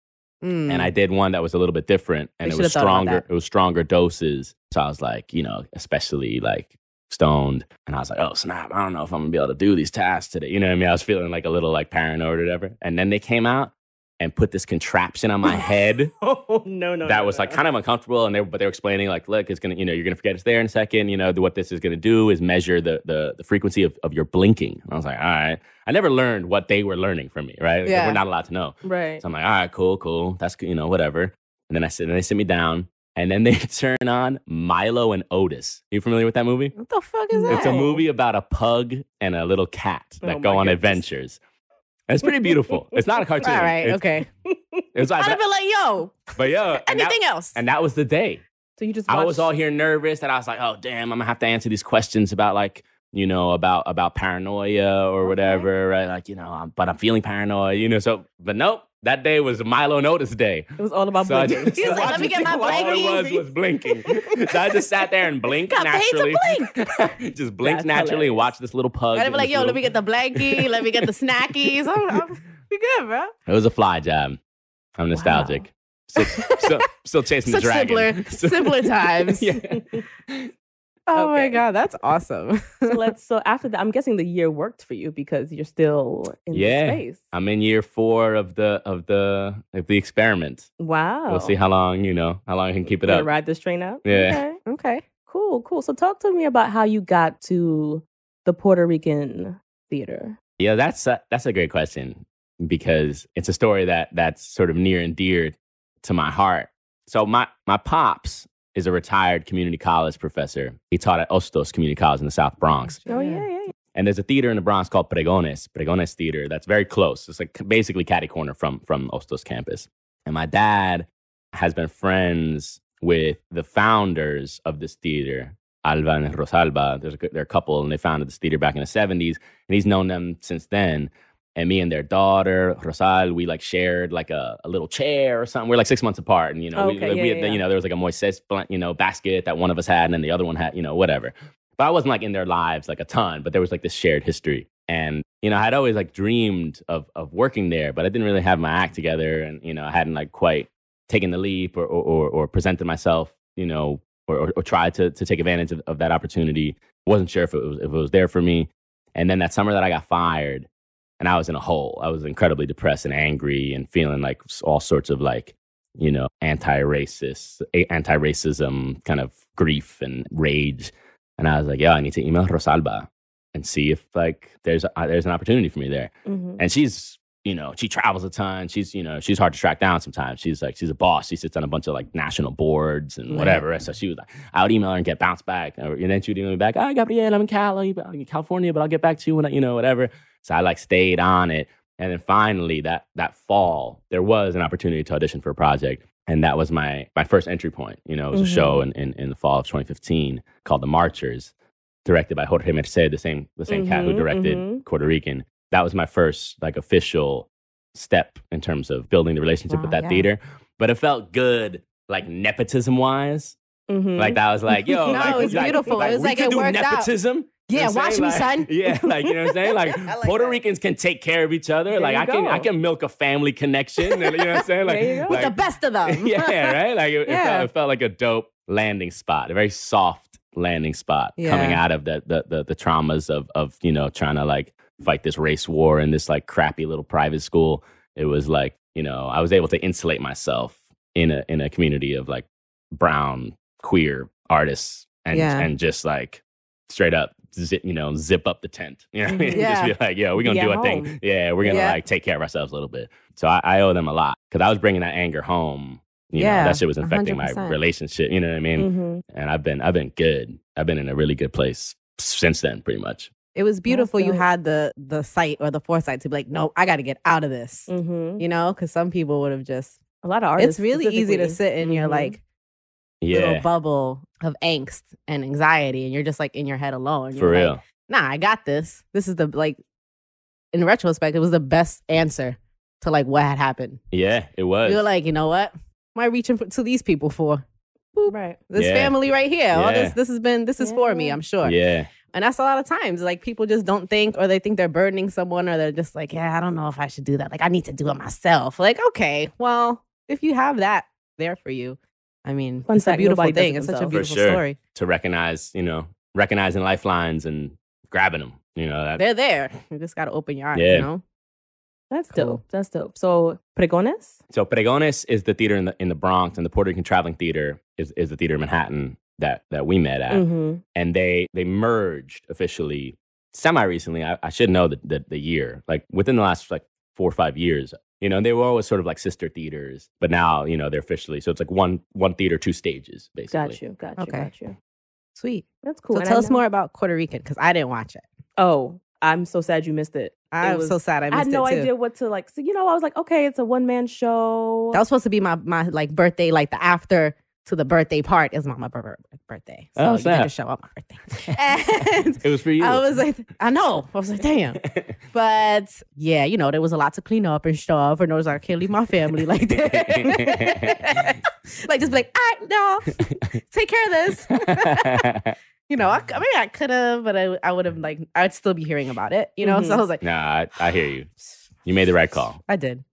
Speaker 5: Mm.
Speaker 3: And I did one that was a little bit different, and
Speaker 5: They
Speaker 3: it was
Speaker 5: should've thought about
Speaker 3: stronger.
Speaker 5: that.
Speaker 3: It was stronger doses. So I was like, you know, especially like stoned, and I was like, oh snap, I don't know if I'm gonna be able to do these tasks today. You know what I mean? I was feeling like a little like paranoid or whatever. And then they came out, and put this contraption on my head
Speaker 6: Oh no, no.
Speaker 3: that was like kind of uncomfortable. And they but they were explaining like, look, it's gonna, you know, you're gonna forget it's there in a second. You know, what this is gonna do is measure the the, the frequency of, of your blinking. And I was like, all right. I never learned what they were learning from me, right? Like,
Speaker 5: Yeah.
Speaker 3: We're not allowed to know.
Speaker 1: Right.
Speaker 3: So I'm like, all right, cool, cool. That's you know, whatever. And then I sit and they sit me down. And then they turn on Milo and Otis. Are you familiar with that movie?
Speaker 5: What the fuck is that?
Speaker 3: It's a movie about a pug and a little cat that
Speaker 6: Oh
Speaker 3: go
Speaker 6: my
Speaker 3: on
Speaker 6: goodness.
Speaker 3: adventures. And It's pretty beautiful. It's not a cartoon.
Speaker 5: All right,
Speaker 3: It's-
Speaker 5: okay.
Speaker 3: It's,
Speaker 5: I'd have
Speaker 3: like,
Speaker 5: been like, yo,
Speaker 3: but yeah, and that,
Speaker 5: anything else?
Speaker 3: and that was the day.
Speaker 1: So you just
Speaker 3: I
Speaker 1: watched-
Speaker 3: was all here nervous that I was like, oh damn, I'm gonna have to answer these questions about like, you know, about about paranoia or whatever, right? Like, you know, I'm, but I'm feeling paranoid, you know. So, but nope, that day was Milo Notice Day.
Speaker 1: It was all about
Speaker 3: So I
Speaker 1: blinking.
Speaker 3: just-
Speaker 5: He was like, let me get my
Speaker 3: All it was
Speaker 5: blankie.
Speaker 3: was blinking. so I just sat there and blinked
Speaker 5: Got paid
Speaker 3: naturally.
Speaker 5: to blink.
Speaker 3: just blinked
Speaker 1: That's
Speaker 3: naturally and
Speaker 1: hilarious.
Speaker 3: watched this little pug.
Speaker 5: I'd
Speaker 3: and
Speaker 5: be like,
Speaker 3: this
Speaker 5: yo,
Speaker 3: little-
Speaker 5: let me get the blankie, let me get the snackies. I'm, I'm, we good, bro.
Speaker 3: It was a fly job. I'm nostalgic. Still, still, still chasing
Speaker 5: Such
Speaker 3: the dragon.
Speaker 5: simpler, simpler times.
Speaker 3: yeah.
Speaker 5: Oh my
Speaker 1: Okay.
Speaker 5: god, that's awesome.
Speaker 1: so let's. So after that, I'm guessing the year worked for you because you're still in this
Speaker 3: Yeah.
Speaker 1: space.
Speaker 3: I'm in year four of the of the of the experiment.
Speaker 1: Wow.
Speaker 3: We'll see how long you know how long I can keep it
Speaker 1: Gonna
Speaker 3: up.
Speaker 1: Ride this train out.
Speaker 3: Yeah.
Speaker 1: Okay.
Speaker 5: Okay.
Speaker 1: Cool. Cool. So talk to me about how you got to the Puerto Rican theater.
Speaker 3: Yeah, that's a, that's a great question because it's a story that that's sort of near and dear to my heart. So my my pops is a retired community college professor. He taught at Ostos Community College in the South Bronx,
Speaker 1: Oh yeah. Yeah. yeah.
Speaker 3: and there's a theater in the Bronx called Pregones, Pregones Theater. That's very close. It's like basically catty corner from from Ostos campus. And my dad has been friends with the founders of this theater, Alva and Rosalba. There's a, cou- they're a couple, and they founded this theater back in the 70s, and he's known them since then. And me and their daughter Rosal, we like shared like a, a little chair or something. We're like six months apart, and you know, we,
Speaker 1: Okay,
Speaker 3: like,
Speaker 1: yeah,
Speaker 3: we
Speaker 1: yeah,
Speaker 3: had the-
Speaker 1: yeah.
Speaker 3: you know, there was like a Moises, blan- you know, basket that one of us had, and then the other one had, you know, whatever. But I wasn't like in their lives like a ton, but there was like this shared history. And you know, I had always like dreamed of of working there, but I didn't really have my act together, and you know, I hadn't like quite taken the leap or or, or, or presented myself, you know, or, or, or tried to, to take advantage of, of that opportunity. Wasn't sure if it was if it was there for me. And then that summer that I got fired, and I was in a hole. I was incredibly depressed and angry and feeling like s- all sorts of like you know anti-racist, a- anti-racism kind of grief and rage. And I was like, yeah, I need to email Rosalba and see if like there's a, there's an opportunity for me there
Speaker 1: Mm-hmm.
Speaker 3: and she's you know she travels a ton she's you know she's hard to track down sometimes she's like she's a boss she sits on a bunch of like national boards and
Speaker 1: Right.
Speaker 3: whatever so she was like i would email her and get bounced back and then she would email me back oh gabrielle i'm in Cal- I'm in california but i'll get back to you when I, you know whatever so i like stayed on it and then finally that that fall there was an opportunity to audition for a project and that was my my first entry point you know it was a
Speaker 1: Mhm.
Speaker 3: show in, in, in the fall of 2015 called the marchers directed by jorge merced the same the same cat who
Speaker 1: Mhm,
Speaker 3: directed
Speaker 1: mhm.
Speaker 3: puerto rican that was my first like official step in terms of building the relationship with
Speaker 5: Wow,
Speaker 3: that
Speaker 5: yeah.
Speaker 3: theater. But it felt good, like nepotism wise.
Speaker 1: mm-hmm,
Speaker 3: Like that was like, yo,
Speaker 5: Mm-hmm. No,
Speaker 3: like,
Speaker 5: it was
Speaker 3: like-
Speaker 5: beautiful. It was
Speaker 3: we
Speaker 5: like
Speaker 3: could
Speaker 5: it
Speaker 3: do
Speaker 5: worked out.
Speaker 3: nepotism. You
Speaker 5: Yeah,
Speaker 3: know what I'm
Speaker 5: watch
Speaker 3: saying?
Speaker 5: me,
Speaker 3: Like-
Speaker 5: son.
Speaker 3: Yeah, like you know what I'm saying. Like,
Speaker 6: I like
Speaker 3: Puerto
Speaker 6: that.
Speaker 3: Ricans can take care of each other.
Speaker 1: There
Speaker 3: like
Speaker 1: you
Speaker 3: I can, I
Speaker 1: go.
Speaker 3: can milk a family connection. and, you know what I'm saying? Like,
Speaker 1: There you go.
Speaker 5: With
Speaker 3: like
Speaker 5: the best of them.
Speaker 3: yeah, right. Like it, it
Speaker 5: Yeah.
Speaker 3: felt, it felt like a dope landing spot, a very soft landing spot coming
Speaker 5: Yeah.
Speaker 3: out of the, the the the traumas of of you know trying to like fight this race war in this like crappy little private school. It was like you know I was able to insulate myself in a in a community of like brown queer artists and
Speaker 5: Yeah.
Speaker 3: and just like straight up zip you know zip up the tent you know what I mean?
Speaker 5: Mm, Yeah.
Speaker 3: just be like yeah we're gonna
Speaker 1: Be
Speaker 3: do
Speaker 1: at
Speaker 3: our thing
Speaker 1: home.
Speaker 3: yeah we're gonna
Speaker 5: Yeah.
Speaker 3: like take care of ourselves a little bit so I, I owe them a lot because I was bringing that anger home. You know,
Speaker 5: Yeah,
Speaker 3: that shit was infecting my
Speaker 5: 100%.
Speaker 3: relationship. You know what I
Speaker 5: Mm.
Speaker 3: mean?
Speaker 1: Mhm.
Speaker 3: And I've been, I've been good. I've been in a really good place since then, pretty much.
Speaker 5: It was beautiful. You
Speaker 1: dope.
Speaker 5: had the the sight or the foresight to be like, no, I got to get out of this.
Speaker 1: Mhm.
Speaker 5: You know, because some people would have just.
Speaker 1: A lot of artists.
Speaker 5: it's really easy to
Speaker 1: specifically.
Speaker 5: sit in your
Speaker 1: Mhm.
Speaker 5: like
Speaker 3: Yeah,
Speaker 5: little bubble of angst and anxiety, and you're just like in your head alone.
Speaker 3: for
Speaker 5: You're like,
Speaker 3: real.
Speaker 5: nah, I got this. This is the like. In retrospect, it was the best answer to like what had happened.
Speaker 3: yeah, it was.
Speaker 5: You were like, you know what? Am I reaching for, to these people for
Speaker 1: Right.
Speaker 5: this
Speaker 3: Yeah.
Speaker 5: family right here? All
Speaker 3: Yeah.
Speaker 5: this, this has been, this is for me.
Speaker 1: Yeah.
Speaker 5: I'm sure.
Speaker 3: Yeah,
Speaker 5: And that's a lot of times, like people just don't think, or they think they're burdening someone, or they're just like, yeah, I don't know if I should do that. Like, I need to do it myself. Like, okay, well, if you have that there for you, I mean,
Speaker 1: Fun
Speaker 5: it's a
Speaker 1: fact,
Speaker 5: beautiful
Speaker 1: nobody does
Speaker 5: thing.
Speaker 1: it
Speaker 5: It's such a
Speaker 1: themselves. For
Speaker 5: beautiful
Speaker 3: sure.
Speaker 5: story.
Speaker 3: to recognize, you know, recognizing lifelines and grabbing them. You know, that,
Speaker 5: They're there. You just got to open your eyes,
Speaker 3: Yeah.
Speaker 5: you know?
Speaker 1: That's
Speaker 3: Cool.
Speaker 1: dope. That's dope. So pregones.
Speaker 3: So Pregones is the theater in the in the Bronx, and the Puerto Rican Traveling Theater is, is the theater in Manhattan that that we met at,
Speaker 1: Mm-hmm.
Speaker 3: and they they merged officially semi recently. I, I should know the, the the year, like within the last like four or five years. You know, they were always sort of like sister theaters, but now you know they're officially so it's like one one theater, two stages basically.
Speaker 1: Got you. Got you.
Speaker 5: Okay.
Speaker 1: Got you.
Speaker 5: Sweet.
Speaker 1: That's cool.
Speaker 5: So
Speaker 1: And I
Speaker 5: tell us
Speaker 1: know-
Speaker 5: more about Puerto Rican because I didn't watch it.
Speaker 1: Oh, I'm so sad you missed it.
Speaker 5: I was
Speaker 1: was-
Speaker 5: so sad I missed
Speaker 1: I had no
Speaker 5: it too.
Speaker 1: idea what to like. So you know, I was like, okay, it's a one man show.
Speaker 5: That was supposed to be my my like birthday, like the after to the birthday part is my, my bir- bir- birthday. So
Speaker 3: Oh,
Speaker 5: you had to
Speaker 3: snap.
Speaker 5: show up my birthday. And
Speaker 3: It was for you.
Speaker 5: I was like, I know. I was like, damn. But yeah, you know, there was a lot to clean up and stuff, and there was like, I can't leave my family like that. like just be like, all right, no, take care of this. you know, I, c- I mean, I could have, but I, I would have like, I'd still be hearing about it. You know, so I
Speaker 3: Mm-hmm.
Speaker 5: was like,
Speaker 3: nah, I, I hear you. You made the right call.
Speaker 5: I did,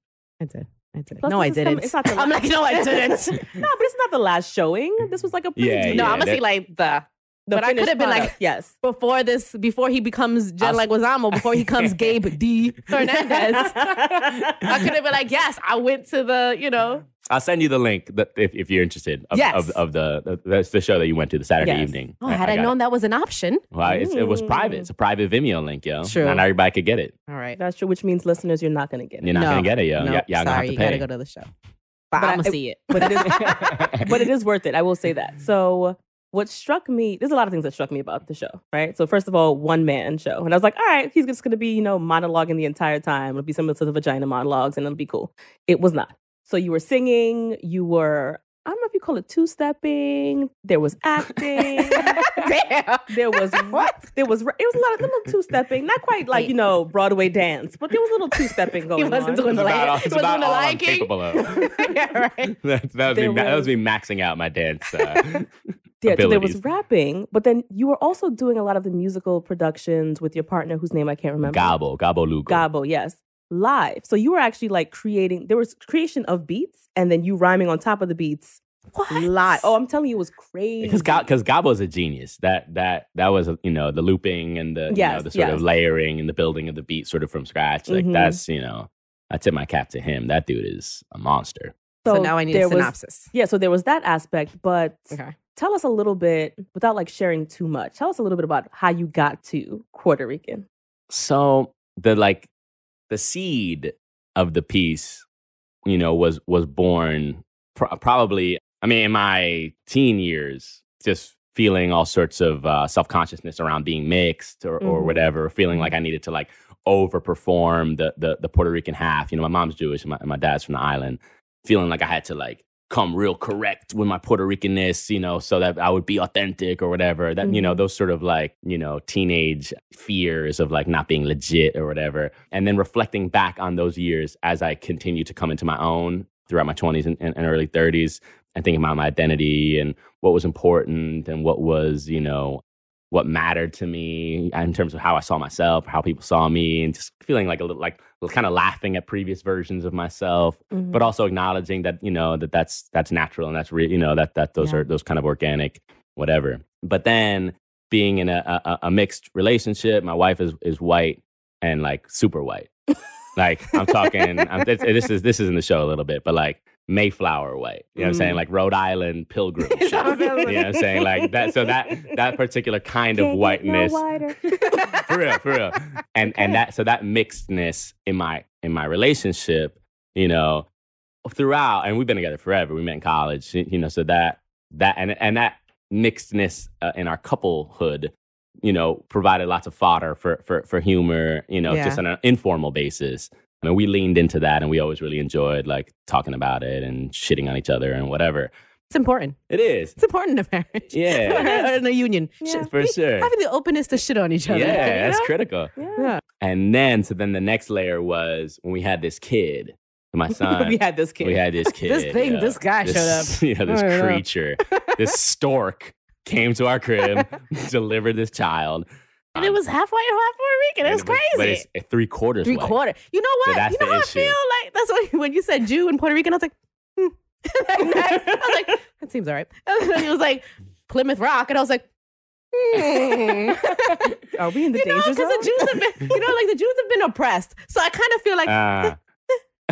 Speaker 5: I did, I did.
Speaker 1: Plus,
Speaker 5: no, I
Speaker 1: this is coming-
Speaker 5: didn't.
Speaker 1: it's not the
Speaker 5: I'm
Speaker 1: la-
Speaker 5: like, no, I didn't.
Speaker 1: no, but it's not the last showing. This was like a
Speaker 3: Yeah,
Speaker 1: preview.
Speaker 5: no,
Speaker 3: yeah,
Speaker 5: I'm gonna
Speaker 3: that-
Speaker 5: see like the
Speaker 1: The
Speaker 5: but I
Speaker 1: finished
Speaker 5: could've been like-
Speaker 1: product. yes.
Speaker 5: before this, before he becomes Jen
Speaker 3: I'll-
Speaker 5: Leguizamo, before he becomes Gabe D. Hernandez. I could have been like, yes, I went to the, you know,
Speaker 3: I'll send you the link that, if, if you're interested of,
Speaker 5: Yes.
Speaker 3: of, of the, the that's the show that you went to the Saturday
Speaker 1: Yes.
Speaker 3: evening.
Speaker 5: oh, had I,
Speaker 3: got
Speaker 5: known
Speaker 3: it.
Speaker 5: that was an option.
Speaker 3: Well, it's, it was private. It's a private Vimeo link, yo.
Speaker 5: True.
Speaker 3: Not everybody could get it.
Speaker 5: All right.
Speaker 1: That's true. Which means, listeners, you're not gonna get it.
Speaker 3: You're not
Speaker 5: No.
Speaker 3: gonna get it, yo.
Speaker 5: No,
Speaker 3: Y- y'all gonna have
Speaker 5: sorry,
Speaker 3: to
Speaker 5: you gotta
Speaker 3: pay.
Speaker 5: go to the show. But,
Speaker 1: But
Speaker 5: I'm
Speaker 1: I-
Speaker 5: gonna see it.
Speaker 1: But it is. but it is worth it. I will say that. So what struck me, there's a lot of things that struck me about the show, right? So first of all, one man show. And I was like, all right, he's just gonna be, you know, monologuing the entire time. It'll be similar to the vagina monologues and it'll be cool. It was not. So you were singing, you were, I don't know if you call it two stepping, there was acting.
Speaker 5: Damn.
Speaker 1: There was
Speaker 5: What?
Speaker 1: There was it was a lot of little two stepping, not quite like you know Broadway dance, but there was a little two stepping going
Speaker 5: He wasn't
Speaker 1: on.
Speaker 5: doing
Speaker 3: It's
Speaker 5: the
Speaker 3: about, all-
Speaker 5: like,
Speaker 3: it's
Speaker 5: he wasn't
Speaker 3: about all
Speaker 5: doing the
Speaker 3: I'm capable of.
Speaker 5: liking. yeah, right.
Speaker 3: that, that, was me,
Speaker 1: There
Speaker 3: ma- that
Speaker 1: was-
Speaker 3: was me maxing out my dance. Uh,
Speaker 1: Yeah, so there was
Speaker 3: abilities.
Speaker 1: rapping, but then you were also doing a lot of the musical productions with your partner, whose name I can't remember.
Speaker 3: Gabo, Gabo Lugo.
Speaker 1: Gabo, yes. Live. So you were actually like creating, there was creation of beats and then you rhyming on top of the beats
Speaker 5: What?
Speaker 1: live. Oh, I'm telling you, it was crazy.
Speaker 3: because because Gabo's a genius. That that that was you know the looping and the you know
Speaker 1: Yes,
Speaker 3: the sort
Speaker 1: yes.
Speaker 3: of layering and the building of the beat sort of from scratch. Like
Speaker 1: Mhm.
Speaker 3: that's you know I tip my cap to him. That dude is a monster.
Speaker 5: So now I need a
Speaker 1: there was-
Speaker 5: synopsis.
Speaker 1: yeah, so there was that aspect, but
Speaker 5: Okay.
Speaker 1: tell us a little bit, without like sharing too much, tell us a little bit about how you got to Puerto Rican.
Speaker 3: So the like the seed of the piece, you know, was was born pr- probably. I mean, in my teen years, just feeling all sorts of uh, self consciousness around being mixed or, or
Speaker 1: Mhm.
Speaker 3: whatever, feeling like I needed to like overperform the the the Puerto Rican half. You know, my mom's Jewish and my, and my dad's from the island. Feeling like I had to like come real correct with my Puerto Ricanness, you know, so that I would be authentic or whatever. That you know,
Speaker 1: Mhm.
Speaker 3: those sort of like, you know, teenage fears of like not being legit or whatever. And then reflecting back on those years as I continue to come into my own throughout my 20s and, and, and early 30s and thinking about my identity and what was important and what was, you know, what mattered to me in terms of how I saw myself, how people saw me, and just feeling like a little, like kind of laughing at previous versions of myself,
Speaker 5: Mm-hmm.
Speaker 3: but also acknowledging that you know that that's that's natural and that's real. You know that that those
Speaker 1: Yeah.
Speaker 3: are those kind of organic, whatever. But then being in a, a a mixed relationship, my wife is is white and like super white. like I'm talking, I'm, this, this is this is in the show a little bit, but like Mayflower white. You know what I'm saying? Like Rhode Island pilgrim. shit.
Speaker 5: how it
Speaker 3: you
Speaker 5: feels
Speaker 3: know
Speaker 5: like.
Speaker 3: what I'm saying? Like that. So that that particular kind of whiteness for real, for real. And and that so that mixedness in my in my relationship, you know, throughout, and we've been together forever. We met in college, you know, so that that and and that mixedness uh, in our couplehood, you know, provided lots of fodder for for for humor, you know,
Speaker 5: Yeah.
Speaker 3: just on an informal basis. I mean, we leaned into that, and we always really enjoyed like talking about it and shitting on each other and whatever.
Speaker 5: It's important.
Speaker 3: It is,
Speaker 5: It's important in a marriage.
Speaker 3: Yeah.
Speaker 5: or in a union.
Speaker 1: Yeah.
Speaker 5: Shit,
Speaker 3: for
Speaker 5: be-
Speaker 3: sure.
Speaker 5: Having the openness to shit on each other.
Speaker 3: Yeah,
Speaker 5: you
Speaker 3: that's
Speaker 5: know?
Speaker 3: critical.
Speaker 1: Yeah.
Speaker 3: And then, so then the next layer was when we had this kid, my son.
Speaker 5: we had this kid.
Speaker 3: We had this kid.
Speaker 5: This thing,
Speaker 3: yeah.
Speaker 5: this guy showed up.
Speaker 3: This- Yeah, this
Speaker 5: I don't know.
Speaker 3: creature, this stork came to our crib, delivered this child.
Speaker 5: And it was half white and half Puerto Rican. It was
Speaker 3: but-
Speaker 5: crazy.
Speaker 3: But it's uh, three quarters.
Speaker 5: Three
Speaker 3: white.
Speaker 5: quarter. You know
Speaker 3: So
Speaker 5: what?
Speaker 3: that's
Speaker 5: you know
Speaker 3: the
Speaker 5: how
Speaker 3: issue.
Speaker 5: I feel like that's what when you said Jew and Puerto Rican, I was like, hmm. I was like, that seems all right. And then he was like Plymouth Rock, and I was like, Hmm.
Speaker 1: Are we in the
Speaker 5: you
Speaker 1: danger
Speaker 5: know, because
Speaker 1: zone?
Speaker 5: the Jews have been, you know, like the Jews have been oppressed. So I kind of feel like
Speaker 3: Ah.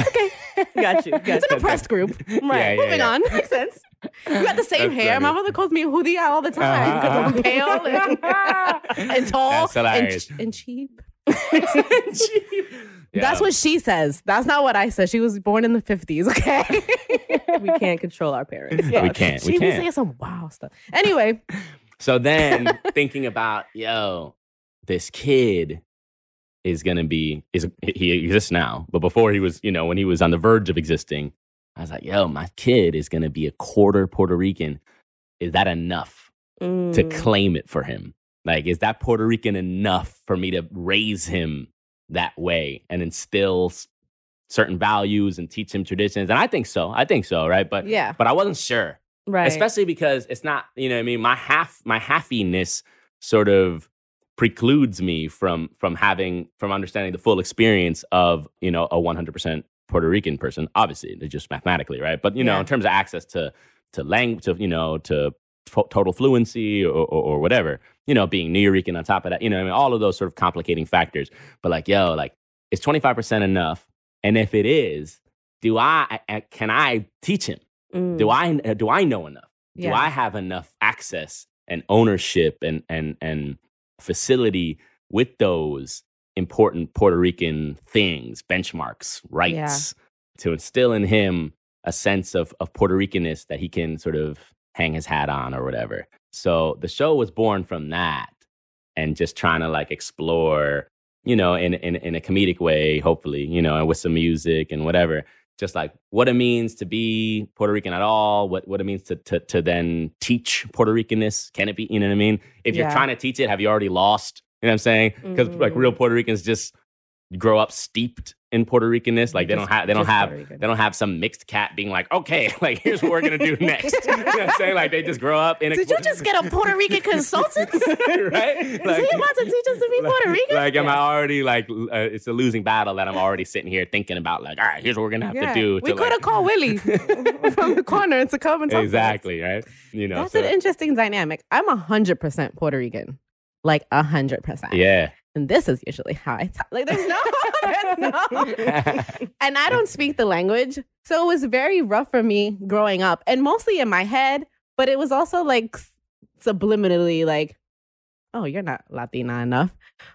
Speaker 5: okay.
Speaker 1: Got you, got
Speaker 5: it's an
Speaker 3: Uh, you.
Speaker 5: oppressed group.
Speaker 3: Yeah, yeah,
Speaker 5: Right. Moving
Speaker 3: yeah.
Speaker 5: on. Makes sense. You got the same
Speaker 3: That's
Speaker 5: hair. My
Speaker 3: funny.
Speaker 5: mother calls me Houdia all the time because
Speaker 3: Uh-huh,
Speaker 5: I'm pale and, and tall
Speaker 3: That's
Speaker 5: and,
Speaker 3: hilarious.
Speaker 5: ch- and cheap.
Speaker 3: Yeah.
Speaker 5: That's what she says. That's not what I said. She was born in the 50s, okay?
Speaker 1: we can't control our parents.
Speaker 3: We can't.
Speaker 5: she
Speaker 3: We
Speaker 5: be
Speaker 3: can't.
Speaker 5: saying some wow stuff. Anyway,
Speaker 3: So then thinking about, yo, this kid is gonna be is he exists now, but before he was, you know, when he was on the verge of existing, I was like, yo, my kid is gonna be a quarter Puerto Rican. Is that enough to
Speaker 1: Mm.
Speaker 3: claim it for him? Like, is that Puerto Rican enough for me to raise him that way and instill s- certain values and teach him traditions? And I think so. I think so, right? But
Speaker 5: yeah.
Speaker 3: but I wasn't sure
Speaker 1: right.
Speaker 3: especially because it's not you know what i mean my half my halfiness sort of precludes me from from having from understanding the full experience of you know a 100% puerto rican person obviously they're just mathematically right but you know
Speaker 5: Yeah.
Speaker 3: in terms of access to to language to you know to to- total fluency or, or or whatever you know being new rican on top of that you know what i mean all of those sort of complicating factors but like yo like is 25% enough and if it is do i I- can i teach him
Speaker 1: Mm.
Speaker 3: do i uh, do i know enough
Speaker 5: Yeah.
Speaker 3: do i have enough access and ownership and and and facility with those important puerto rican things benchmarks rights to instill in him a sense of of puerto ricanness that he can sort of hang his hat on or whatever so the show was born from that and just trying to like explore you know in in, in a comedic way hopefully you know and with some music and whatever just like what it means to be Puerto Rican at all, what what it means to to to then teach Puerto Ricanness. Can it be, you know what I mean? If you're
Speaker 5: Yeah.
Speaker 3: trying to teach it, have you already lost? You know what I'm saying? Because like
Speaker 1: Mm.
Speaker 5: Mm-hmm.
Speaker 3: real Puerto Ricans just grow up steeped in Puerto Ricanness. Like they don't
Speaker 5: Just-
Speaker 3: have they don't
Speaker 5: just
Speaker 3: have
Speaker 5: Puerto Rican.
Speaker 3: they don't have some mixed cat being like, okay, like here's what we're gonna do next. you know what I'm saying? Like they just grow up in a
Speaker 5: Did you just get a Puerto Rican consultant?
Speaker 3: right?
Speaker 5: Is he about to teach us to be Puerto Rican?
Speaker 3: Like, am I
Speaker 5: Yes.
Speaker 3: already like? l- Uh, it's a losing battle that I'm already sitting here thinking about. Like, all right, here's what we're gonna have to
Speaker 5: Yeah.
Speaker 3: do.
Speaker 5: We
Speaker 3: to,
Speaker 5: could have
Speaker 3: like-
Speaker 5: called Willie from the corner to come and talk to us.
Speaker 3: exactly right you know
Speaker 5: That's
Speaker 3: so-
Speaker 5: an interesting dynamic. I'm 100% Puerto Rican. Like 100%.
Speaker 3: yeah
Speaker 5: And this is usually how I talk. Like there's no, there's no. And I don't speak the language. So it was very rough for me growing up and mostly in my head, but it was also like s- subliminally like, oh, you're not Latina enough.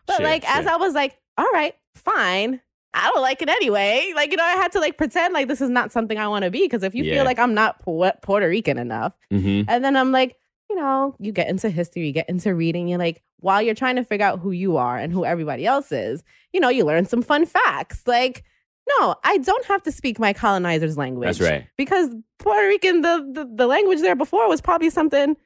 Speaker 5: But
Speaker 3: Sure,
Speaker 5: like as
Speaker 3: sure.
Speaker 5: I was like, all right, fine. I don't like it anyway. Like, you know, I had to like pretend like this is not something I want to be because if you
Speaker 3: Yeah.
Speaker 5: feel like I'm not Pu- Puerto Rican enough,
Speaker 3: hmm
Speaker 5: and then I'm like, you know, you get into history, you get into reading, you're like, while you're trying to figure out who you are and who everybody else is, you know, you learn some fun facts. Like, no, I don't have to speak my colonizer's language.
Speaker 3: that's right
Speaker 5: Because Puerto Rican, the, the, the language there before was probably something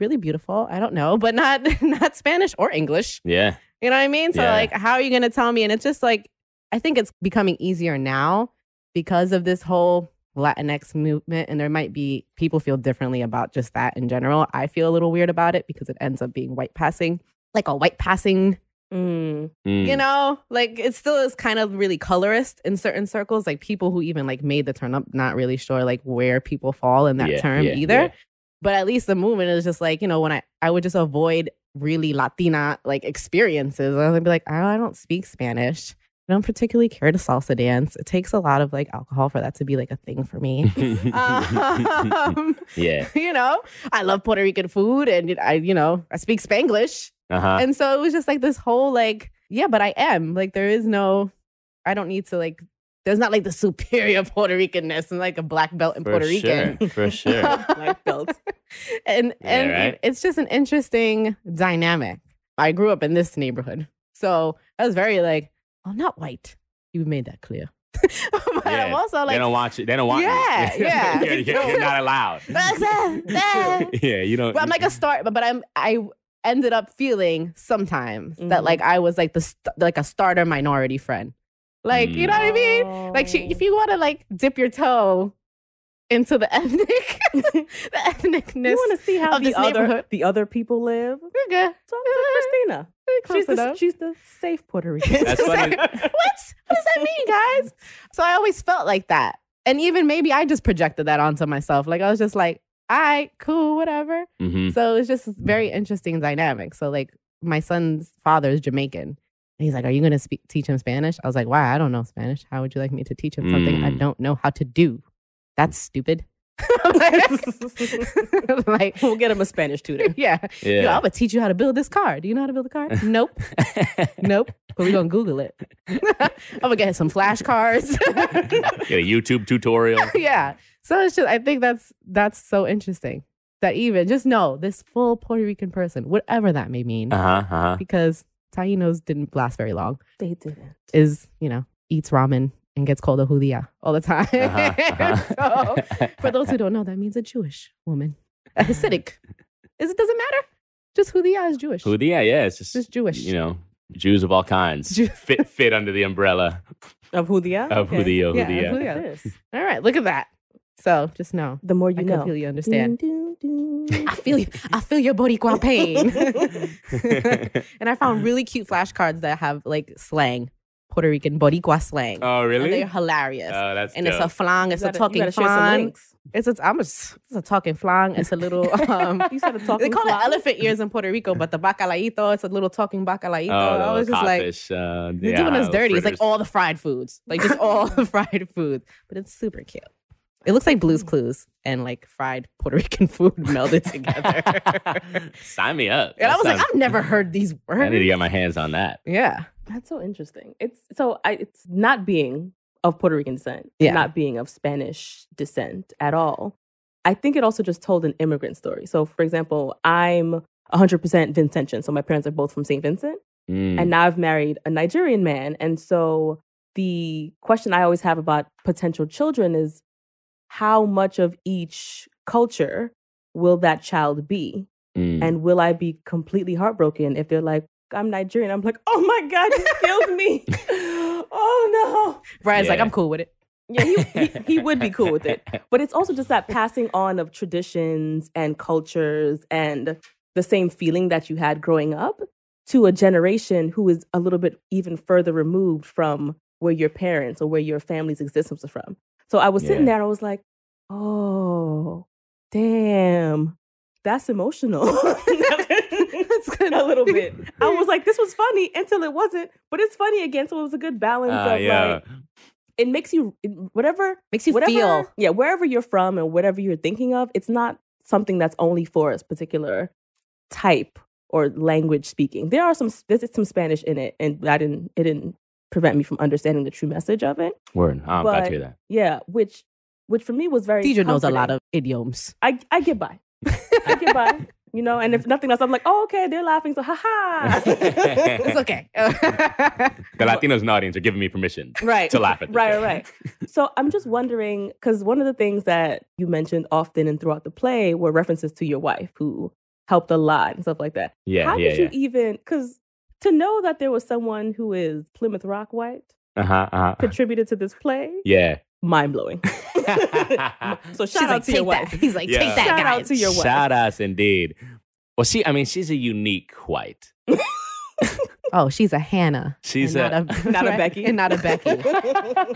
Speaker 5: really beautiful. I don't know, but not not Spanish or English.
Speaker 3: yeah
Speaker 5: You know what I mean? So
Speaker 3: Yeah.
Speaker 5: like, how are you going to tell me? And it's just like, I think it's becoming easier now because of this whole Latinx movement, and there might be people feel differently about just that in general. I feel a little weird about it because it ends up being white passing, like a white passing.
Speaker 1: Mm.
Speaker 3: Mm.
Speaker 5: You know, like it still is kind of really colorist in certain circles. Like people who even like made the turn up, not really sure like where people fall in that
Speaker 3: Yeah,
Speaker 5: term
Speaker 3: yeah,
Speaker 5: either
Speaker 3: yeah.
Speaker 5: but at least the movement is just like you know when i i would just avoid really latina like experiences i would be like oh, i don't speak spanish i don't particularly care to salsa dance it takes a lot of like alcohol for that to be like a thing for me um,
Speaker 3: yeah
Speaker 5: you know i love puerto rican food and i you know i speak spanglish
Speaker 3: uh-huh
Speaker 5: and so it was just like this whole like yeah but i am like there is no i don't need to like there's not like the superior puerto ricanness and like a black belt in
Speaker 3: for
Speaker 5: puerto
Speaker 3: sure
Speaker 5: rican
Speaker 3: for sure
Speaker 1: Black belt.
Speaker 5: and
Speaker 3: Yeah,
Speaker 5: and
Speaker 3: right?
Speaker 5: it's just an interesting dynamic. I grew up in this neighborhood, so I was very like, I'm not white. You made that clear. but I'm
Speaker 3: Yeah.
Speaker 5: also
Speaker 3: they
Speaker 5: like,
Speaker 3: don't want you they don't want
Speaker 5: Yeah,
Speaker 3: you
Speaker 5: yeah.
Speaker 3: you're, you're- you're not allowed
Speaker 5: That's it, yeah.
Speaker 3: yeah you don't
Speaker 5: but I'm like a star. But, but I'm I ended up feeling sometimes that
Speaker 1: Mhm.
Speaker 5: like I was like the st- like a starter minority friend. Like you know what I mean? Like she, if you want to like dip your toe into the ethnic, the ethnicness,
Speaker 1: want to see how
Speaker 5: of
Speaker 1: the
Speaker 5: this
Speaker 1: other
Speaker 5: neighborhood. Uh-huh.
Speaker 1: the other people live, talk
Speaker 5: you're good.
Speaker 1: to Christina.
Speaker 5: Close
Speaker 1: She's the,
Speaker 5: enough.
Speaker 1: she's the safe Puerto Rican.
Speaker 3: That's what it-
Speaker 5: what? What does that mean, guys? So I always felt like that. And even maybe I just projected that onto myself. Like I was just like, all right, cool, whatever.
Speaker 3: hmm
Speaker 5: So it's just this very interesting dynamic. So like my son's father is Jamaican. And he's like, "Are you going to speak teach him Spanish?" I was like, "Why? I don't know Spanish. How would you like me to teach him something I
Speaker 3: Mm.
Speaker 5: don't know how to do?" That's stupid. like, like,
Speaker 1: We'll get him a Spanish tutor.
Speaker 5: yeah. Yo,
Speaker 3: Yeah.
Speaker 5: I'm gonna teach you how to build this car. Do you know how to build a car? Nope. Nope. But we're gonna Google it. I'm gonna get some flashcards.
Speaker 3: Get a YouTube tutorial. Uh-huh,
Speaker 5: yeah. So it's just I think that's that's so interesting. That even just know this full Puerto Rican person, whatever that may mean,
Speaker 3: Uh huh. Uh huh.
Speaker 5: because Tainos didn't last very long,
Speaker 1: They didn't.
Speaker 5: is, you know, eats ramen and gets called a judia all the time.
Speaker 3: uh-huh,
Speaker 5: so for those who don't know, that means a Jewish woman. A Hasidic. Is it doesn't matter? Just judia is Jewish.
Speaker 3: Who the yeah, yeah, it's just,
Speaker 5: Just Jewish.
Speaker 3: you know, Jews of all kinds
Speaker 5: Jew-
Speaker 3: fit fit under the umbrella
Speaker 1: Of Judia?
Speaker 3: of who the uh,
Speaker 5: Yeah,
Speaker 3: who
Speaker 5: who
Speaker 3: the
Speaker 5: the- Yeah.
Speaker 1: This.
Speaker 5: All right, look at that. So just know.
Speaker 1: The more you
Speaker 5: I
Speaker 1: know. Mm-hmm.
Speaker 5: completely understand.
Speaker 1: Dun, dun, dun.
Speaker 5: I feel you. I feel your Boricua pain.
Speaker 3: yeah.
Speaker 5: And I found really cute flashcards that have like slang, Puerto Rican Boricua slang.
Speaker 3: oh
Speaker 5: And
Speaker 3: really?
Speaker 5: they're hilarious.
Speaker 3: Oh, that's
Speaker 5: and it's
Speaker 3: dope.
Speaker 5: a flang, it's
Speaker 1: You
Speaker 5: a
Speaker 1: gotta-
Speaker 5: talking
Speaker 1: you gotta share some
Speaker 5: flang.
Speaker 1: links.
Speaker 5: It's a, I'm a, it's a talking flang. It's a little, um,
Speaker 1: You said a
Speaker 5: they
Speaker 1: talking
Speaker 5: call
Speaker 1: flang?
Speaker 5: it elephant ears in Puerto Rico, but the bacalaito, it's a little talking bacalaito.
Speaker 3: oh,
Speaker 5: I
Speaker 3: the
Speaker 5: was just like,
Speaker 3: codfish, uh,
Speaker 5: they're
Speaker 3: yeah,
Speaker 5: doing us dirty. It's like "Oh,
Speaker 3: fritters.
Speaker 5: all the fried foods, like just all the fried foods. But it's super cute. It looks like Blue's Clues and like fried Puerto Rican food melded together. and
Speaker 3: Sign me up.
Speaker 5: I
Speaker 3: That
Speaker 5: was like,
Speaker 3: sounds-
Speaker 5: I've never heard these words.
Speaker 3: I need to get my hands on that.
Speaker 5: yeah.
Speaker 1: That's so interesting. It's so I it's not being of Puerto Rican descent,
Speaker 5: Yeah.
Speaker 1: not being of Spanish descent at all. I think it also just told an immigrant story. So for example, I'm 100% Vincentian. So my parents are both from St. Vincent,
Speaker 3: Mm.
Speaker 1: and now I've married a Nigerian man. And so the question I always have about potential children is how much of each culture will that child be?
Speaker 3: Mm.
Speaker 1: And will I be completely heartbroken if they're like, I'm Nigerian? I'm like, oh my God, you killed me. oh
Speaker 5: Brian's like,
Speaker 3: Yeah.
Speaker 5: I'm cool with it.
Speaker 1: no. Yeah, he, he, he would be cool with it. But it's also just that passing on of traditions and cultures and the same feeling that you had growing up to a generation who is a little bit even further removed from where your parents or where your family's existence was from. So I was sitting
Speaker 3: Yeah.
Speaker 1: there and I was like, oh, damn, that's emotional. That's good. A little bit. I was like, this was funny until it wasn't, but it's funny again. So it was a good balance
Speaker 3: Ah,
Speaker 1: of like, it makes you, whatever
Speaker 5: Makes you
Speaker 1: whatever,
Speaker 5: feel.
Speaker 1: yeah, wherever you're from and whatever you're thinking of, it's not something that's only for a particular type or language speaking. There are some there's some Spanish in it, and I didn't it didn't prevent me from understanding the true message of it.
Speaker 3: Word. I'm about
Speaker 1: But-
Speaker 3: to hear that.
Speaker 1: Yeah, which which for me was very.
Speaker 5: Deidre knows a lot
Speaker 1: comforting.
Speaker 5: of idioms.
Speaker 1: I I get by. I get by. You know, and if nothing else, I'm like, oh, okay, they're laughing, so haha.
Speaker 5: It's okay.
Speaker 3: The Latinos in the audience are giving me permission
Speaker 1: right.
Speaker 3: to laugh at this.
Speaker 1: Right, right, right. So I'm just wondering because one of the things that you mentioned often and throughout the play were references to your wife who helped a lot and stuff like that.
Speaker 3: Yeah,
Speaker 1: How
Speaker 3: yeah,
Speaker 1: did
Speaker 3: yeah.
Speaker 1: you even because to know that there was someone who is Plymouth Rock White
Speaker 5: Uh-huh.
Speaker 3: Uh huh. Uh huh.
Speaker 1: contributed to this play,
Speaker 3: Yeah.
Speaker 1: mind blowing. so shout
Speaker 5: She's
Speaker 1: out
Speaker 5: like,
Speaker 1: to your
Speaker 5: take
Speaker 1: wife.
Speaker 5: that. He's like,
Speaker 3: Yeah.
Speaker 5: take that,
Speaker 1: Shout
Speaker 5: guy.
Speaker 1: out to your wife.
Speaker 3: Shout outs indeed. Well, she, I mean, she's a unique white.
Speaker 5: Oh, she's a Hannah.
Speaker 3: She's
Speaker 5: and
Speaker 3: a,
Speaker 5: not a,
Speaker 1: Not a Becky.
Speaker 5: And not a Becky.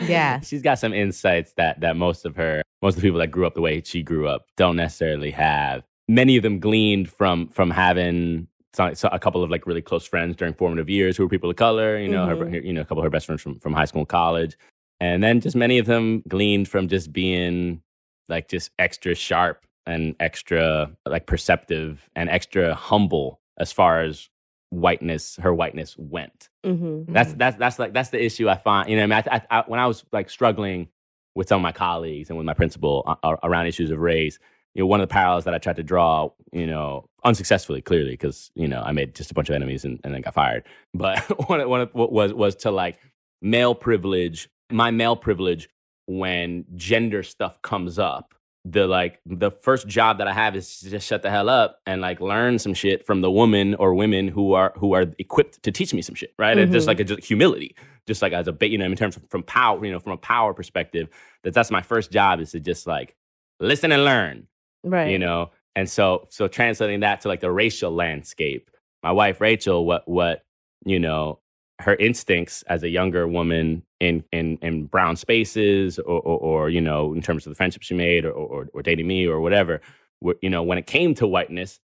Speaker 5: Yeah.
Speaker 3: she's got some insights that that most of her most of the people that grew up the way she grew up don't necessarily have many of them gleaned from from having so, so a couple of like really close friends during formative years who were people of color you know her,
Speaker 1: Mhm.
Speaker 3: her- you know a couple of her best friends from, from high school and college and then just many of them gleaned from just being like just extra sharp and extra like perceptive and extra humble as far as whiteness her whiteness went
Speaker 1: hmm
Speaker 3: that's that's that's like that's the issue I find. You know, what I mean, I, I, I, when I was like struggling with some of my colleagues and with my principal a- a- around issues of race, you know, one of the parallels that I tried to draw, you know, unsuccessfully, clearly, because you know I made just a bunch of enemies and, and then got fired. But one of- one of- was was to like male privilege, my male privilege when gender stuff comes up. The like the first job that I have is to just shut the hell up and like learn some shit from the woman or women who are who are equipped to teach me some shit, right? And just
Speaker 1: Mhm.
Speaker 3: like a, just humility, just like as a ba- you know in terms of from power, you know, from a power perspective, that that's my first job is to just like listen and learn,
Speaker 1: Right.
Speaker 3: you know and so so translating that to like the racial landscape my wife rachel what what you know her instincts as a younger woman in in in brown spaces or or, or you know in terms of the friendships she made or, or or dating me or whatever wh- you know, when it came to whiteness,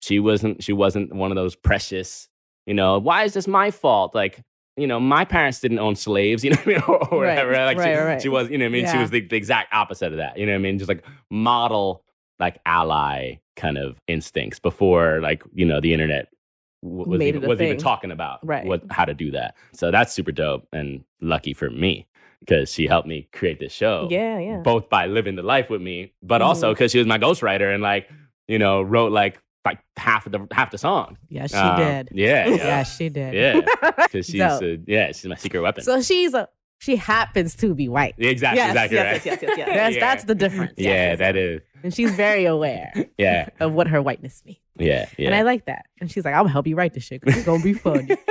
Speaker 3: she wasn't she wasn't one of those precious, you know, why is this my fault? Like, you know, my parents didn't own slaves, you know what I mean? or, or
Speaker 1: Right,
Speaker 3: whatever. Like she,
Speaker 1: right, right.
Speaker 3: she was, you know what I mean? She
Speaker 7: Yeah.
Speaker 3: was the, the exact opposite of that. You know what I mean? Just like model like ally kind of instincts before like, you know, the internet w- was,
Speaker 1: Made
Speaker 3: even,
Speaker 1: it a
Speaker 3: was even
Speaker 1: thing.
Speaker 3: talking about
Speaker 1: Right.
Speaker 3: what how to do that. So that's super dope and lucky for me because she helped me create this show
Speaker 5: Oh.
Speaker 1: yeah, Mm-hmm. yeah.
Speaker 3: both by living the life with me, but also because she was my ghostwriter and like, you know, wrote like like half of the half the song.
Speaker 5: Yes, she
Speaker 3: Um,
Speaker 5: did.
Speaker 3: Yeah,
Speaker 5: Yeah,
Speaker 3: yeah,
Speaker 5: she did.
Speaker 3: yeah. Because she's
Speaker 7: Dope.
Speaker 3: a, yeah, she's my secret weapon.
Speaker 5: So she's a she happens to be white.
Speaker 3: Yeah, exactly,
Speaker 1: yes,
Speaker 3: exactly
Speaker 1: yes,
Speaker 3: right.
Speaker 1: yes, yes, yes, yes.
Speaker 5: That's
Speaker 3: Yeah.
Speaker 5: that's the difference.
Speaker 3: yeah, that is.
Speaker 5: And she's very aware
Speaker 3: Yeah,
Speaker 5: of what her whiteness means.
Speaker 3: yeah, yeah.
Speaker 5: And I like that. And she's like, I'll help you write this shit. 'cause It's gonna be fun.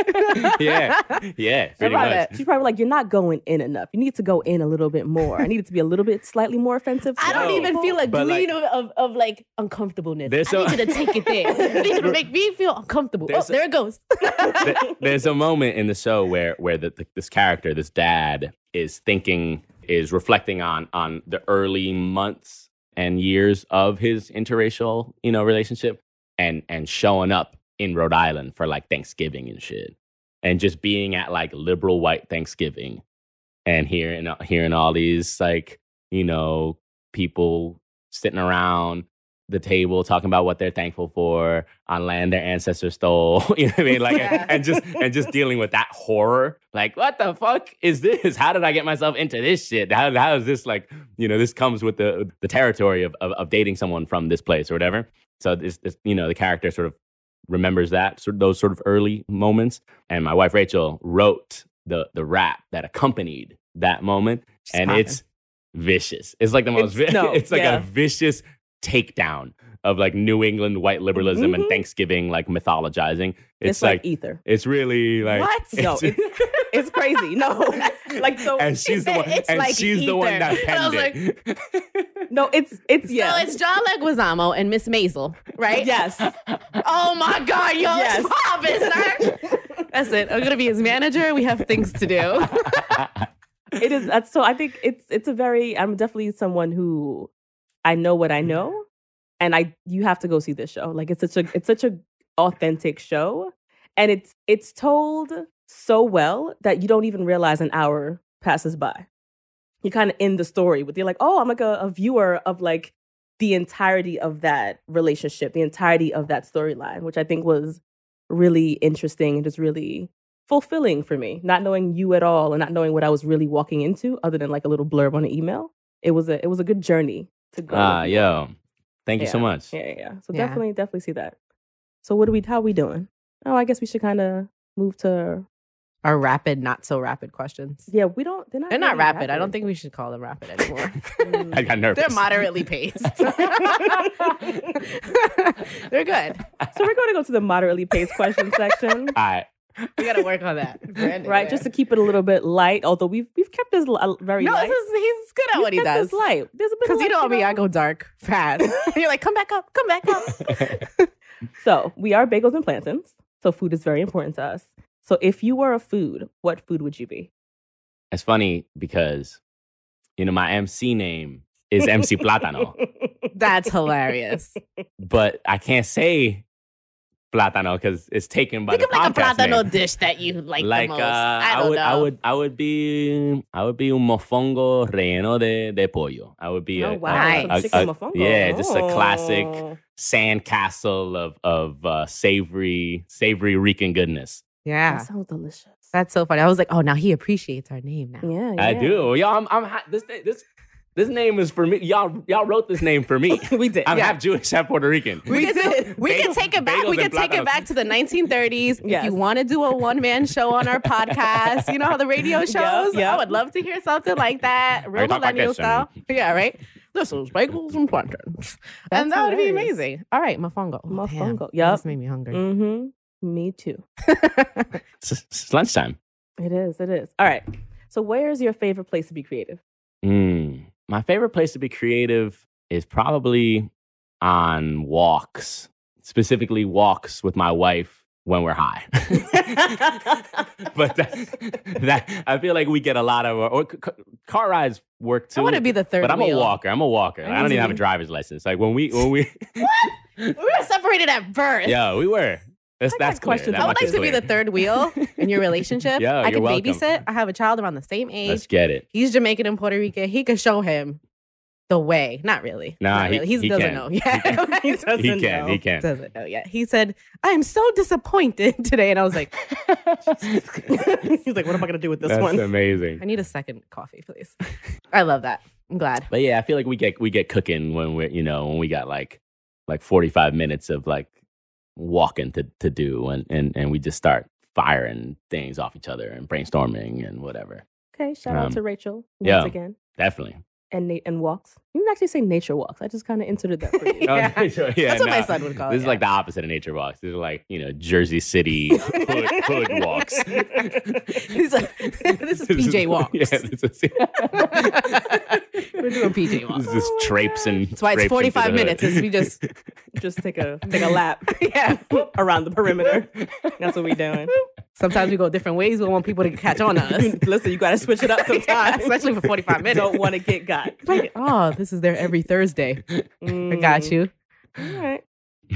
Speaker 3: yeah, yeah, pretty
Speaker 1: About
Speaker 3: much.
Speaker 1: that. She's probably like, you're not going in enough. You need to go in a little bit more. I need it to be a little bit slightly more offensive.
Speaker 5: I don't
Speaker 3: No,
Speaker 5: even feel a
Speaker 3: but, like-
Speaker 5: gleam of, of, of like uncomfortableness.
Speaker 3: There's
Speaker 5: I
Speaker 3: a-
Speaker 5: need you to take it there. I need you to make me feel uncomfortable. Oh,
Speaker 3: There's a-
Speaker 5: there it goes.
Speaker 3: Th- There's a moment in the show where where the, the, this character, this dad, is thinking, is reflecting on on the early months and years of his interracial, you know, relationship, and and showing up in Rhode Island for like Thanksgiving and shit, and just being at like liberal white Thanksgiving, and hearing uh, hearing all these like you know people sitting around the table talking about what they're thankful for on land their ancestors stole. you know what I mean? Like
Speaker 7: Yeah.
Speaker 3: and just and just dealing with that horror. Like, what the fuck is this? How did I get myself into this shit? How how is this like, you know, this comes with the the territory of of, of dating someone from this place or whatever. So this, this you know, the character sort of remembers that sort those sort of early moments. And my wife Rachel wrote the the rap that accompanied that moment
Speaker 5: She's
Speaker 3: and
Speaker 5: popping.
Speaker 3: it's vicious. It's like the most.
Speaker 1: It's-
Speaker 3: It's,
Speaker 1: no,
Speaker 3: it's like
Speaker 1: yeah.
Speaker 3: a vicious takedown of like New England white liberalism and
Speaker 1: Mhm.
Speaker 3: Thanksgiving like mythologizing.
Speaker 1: It's,
Speaker 3: It's,
Speaker 1: like,
Speaker 3: like,
Speaker 1: ether.
Speaker 3: it's really like
Speaker 1: What? No,
Speaker 3: it's-
Speaker 1: it's, it's crazy. No, like so.
Speaker 3: and she's the
Speaker 5: said
Speaker 3: one.
Speaker 5: it's
Speaker 3: And
Speaker 5: like
Speaker 3: she's the one
Speaker 5: ether.
Speaker 3: that
Speaker 5: And I
Speaker 3: penned
Speaker 5: was
Speaker 3: it.
Speaker 1: no, it's it's yeah.
Speaker 5: So it's John Leguizamo and Miss Maisel, right?
Speaker 1: yes.
Speaker 5: Oh my God, yo,
Speaker 1: Yes.
Speaker 5: it's popping, sir. That's it. I'm gonna be his manager. We have things to do.
Speaker 1: it is that's so i think it's it's a very i'm definitely someone who i know what i know and i you have to go see this show like it's such a it's such a authentic show and it's it's told so well that you don't even realize an hour passes by you kind of end the story with you're like oh i'm like a, a viewer of like the entirety of that relationship the entirety of that storyline which i think was really interesting and just really fulfilling for me, not knowing you at all and not knowing what I was really walking into, other than like a little blurb on an email. It was a it was a good journey to go.
Speaker 3: Ah,
Speaker 1: with.
Speaker 3: yo, thank you so much.
Speaker 1: Yeah, yeah, yeah. So
Speaker 5: Yeah.
Speaker 1: definitely, definitely see that. So what are we? How we doing? Oh, I guess we should kind of move to.
Speaker 5: Our rapid, not so rapid questions.
Speaker 1: Yeah, we don't. They're not.
Speaker 5: They're not
Speaker 1: really Mm.
Speaker 5: rapid. I don't think we should call them rapid anymore.
Speaker 3: I got nervous.
Speaker 5: They're moderately paced. They're good.
Speaker 1: so. We're going to go to the moderately paced question section.
Speaker 3: All right.
Speaker 5: We gotta work on that, Brandon,
Speaker 1: Right, just to keep it a little bit light. Although we've we've kept this li- uh, very
Speaker 5: no,
Speaker 1: light.
Speaker 5: this is, he's good at
Speaker 1: We've
Speaker 5: what he
Speaker 1: kept
Speaker 5: does.
Speaker 1: this light. There's a bit of
Speaker 5: Because
Speaker 1: like,
Speaker 5: you know me, I go dark fast. You're like, come back up, come back up.
Speaker 1: So we are bagels and plantains. So food is very important to us. So if you were a food, what food would you be?
Speaker 3: It's funny because you know my MC name is MC Plátano,
Speaker 5: That's hilarious.
Speaker 3: but I can't say Plátano because it's taken by
Speaker 5: Think of
Speaker 3: the
Speaker 5: like a
Speaker 3: podcast name.
Speaker 5: plátano dish that you like, the most.
Speaker 3: uh,
Speaker 5: I don't
Speaker 3: would,
Speaker 5: know.
Speaker 3: I would, I would be, I would be un mofongo relleno de, de pollo. I would be a,
Speaker 1: oh
Speaker 3: a-
Speaker 1: wow,
Speaker 5: Nice.
Speaker 1: some
Speaker 3: a-
Speaker 1: chicken
Speaker 3: a-
Speaker 1: mofongo.
Speaker 3: yeah, just a classic
Speaker 1: Oh.
Speaker 3: sandcastle of of uh, savory, savory Rican goodness.
Speaker 5: yeah.
Speaker 1: That sounds delicious.
Speaker 5: That's so funny. I was like, oh, now he appreciates our name now.
Speaker 1: yeah,
Speaker 3: I
Speaker 1: yeah.
Speaker 3: do, y'all. I'm, I'm ha- this this this name is for me. Y'all, y'all wrote this name for me.
Speaker 1: we did.
Speaker 3: I'm
Speaker 1: yeah.
Speaker 3: half Jewish, half Puerto Rican.
Speaker 5: We, can, do- we
Speaker 3: Bagel-
Speaker 5: can take it back.
Speaker 3: bagels
Speaker 5: We can
Speaker 3: and
Speaker 5: take it
Speaker 3: plátanos.
Speaker 5: back to the 1930s. If
Speaker 1: Yes.
Speaker 5: you want to do a one man show on our podcast, you know how the radio shows?
Speaker 1: yep.
Speaker 5: I would love to hear something like that. Real
Speaker 3: can talk like
Speaker 5: millennial
Speaker 3: this
Speaker 5: style.
Speaker 3: and-
Speaker 5: Yeah, right? This is bagels and plantains. And
Speaker 1: That's
Speaker 5: that would be
Speaker 1: hilarious.
Speaker 5: amazing. All right, mofongo. Mm. Oh, damn.
Speaker 1: Mofongo.
Speaker 5: This
Speaker 1: Yup.
Speaker 5: made me hungry.
Speaker 1: Mm-hmm. Me too.
Speaker 3: It's, it's lunchtime.
Speaker 1: It is. It is. All right. So where's your favorite place to be creative?
Speaker 3: Mm. My favorite place to be creative is probably on walks, specifically walks with my wife when we're high. but that, that I feel like we get a lot of, or c- c- car rides work too.
Speaker 5: I want to be the third.
Speaker 3: but I'm
Speaker 5: wheel.
Speaker 3: a walker. I'm a walker. I,
Speaker 5: need
Speaker 3: don't
Speaker 5: to
Speaker 3: even have a
Speaker 5: be-
Speaker 3: driver's license. Like when we when we
Speaker 5: We were separated at birth.
Speaker 3: yeah we were. That's
Speaker 1: I got
Speaker 3: that's clear.
Speaker 1: questions.
Speaker 3: That
Speaker 1: I
Speaker 5: I would
Speaker 3: much
Speaker 5: like
Speaker 3: is
Speaker 5: to be
Speaker 3: clear.
Speaker 5: the third wheel in your relationship.
Speaker 3: Yeah,
Speaker 5: I
Speaker 3: you're
Speaker 5: could
Speaker 3: welcome.
Speaker 5: babysit. I have a child around the same age.
Speaker 3: Let's get it.
Speaker 5: He's Jamaican and Puerto Rican. He could show him the way. Not really.
Speaker 3: Nah,
Speaker 5: Not
Speaker 3: he-
Speaker 5: really.
Speaker 3: he
Speaker 5: doesn't
Speaker 3: can.
Speaker 5: know.
Speaker 3: He
Speaker 5: Yeah,
Speaker 3: can.
Speaker 5: he doesn't
Speaker 3: He can.
Speaker 5: know.
Speaker 3: He can.
Speaker 5: Doesn't know yet. He said, "I am so disappointed today," and I was like, Jesus Christ.
Speaker 1: He's like, what am I gonna do with this
Speaker 3: that's
Speaker 1: one?
Speaker 3: amazing.
Speaker 5: "I need a second coffee, please." I love that. I'm glad.
Speaker 3: But yeah, I feel like we get we get cooking when we're you know when we got like like forty five minutes of like walking to to do and and and we just start firing things off each other and brainstorming and whatever.
Speaker 1: Okay, shout out
Speaker 3: Um,
Speaker 1: to Rachel once
Speaker 3: yeah.
Speaker 1: again.
Speaker 3: Definitely.
Speaker 1: And Nate and walks. You didn't actually say nature walks. I just kind of inserted that for you.
Speaker 3: Oh,
Speaker 5: Yeah.
Speaker 3: nature- yeah,
Speaker 5: That's what my
Speaker 3: no.
Speaker 5: son would call
Speaker 3: This
Speaker 5: it.
Speaker 3: is like the opposite of nature walks. These are like you know Jersey City hood, hood walks.
Speaker 5: These are- this is PJ walks.
Speaker 3: Yeah, this is,
Speaker 5: We're doing PJ walks. Oh
Speaker 3: This is just traipse and.
Speaker 5: That's why it's 45 minutes. Is we just
Speaker 1: just take a take a lap
Speaker 5: yeah.
Speaker 1: around the perimeter. That's what we doing.
Speaker 5: Sometimes we go different ways. We want people to catch on to us.
Speaker 1: Listen, you gotta switch it up
Speaker 5: Yeah,
Speaker 1: sometimes.
Speaker 5: especially for 45 minutes.
Speaker 1: Don't want to get got.
Speaker 5: Like, oh, this is there every Thursday. I
Speaker 1: Mm.
Speaker 5: got you.
Speaker 1: All right.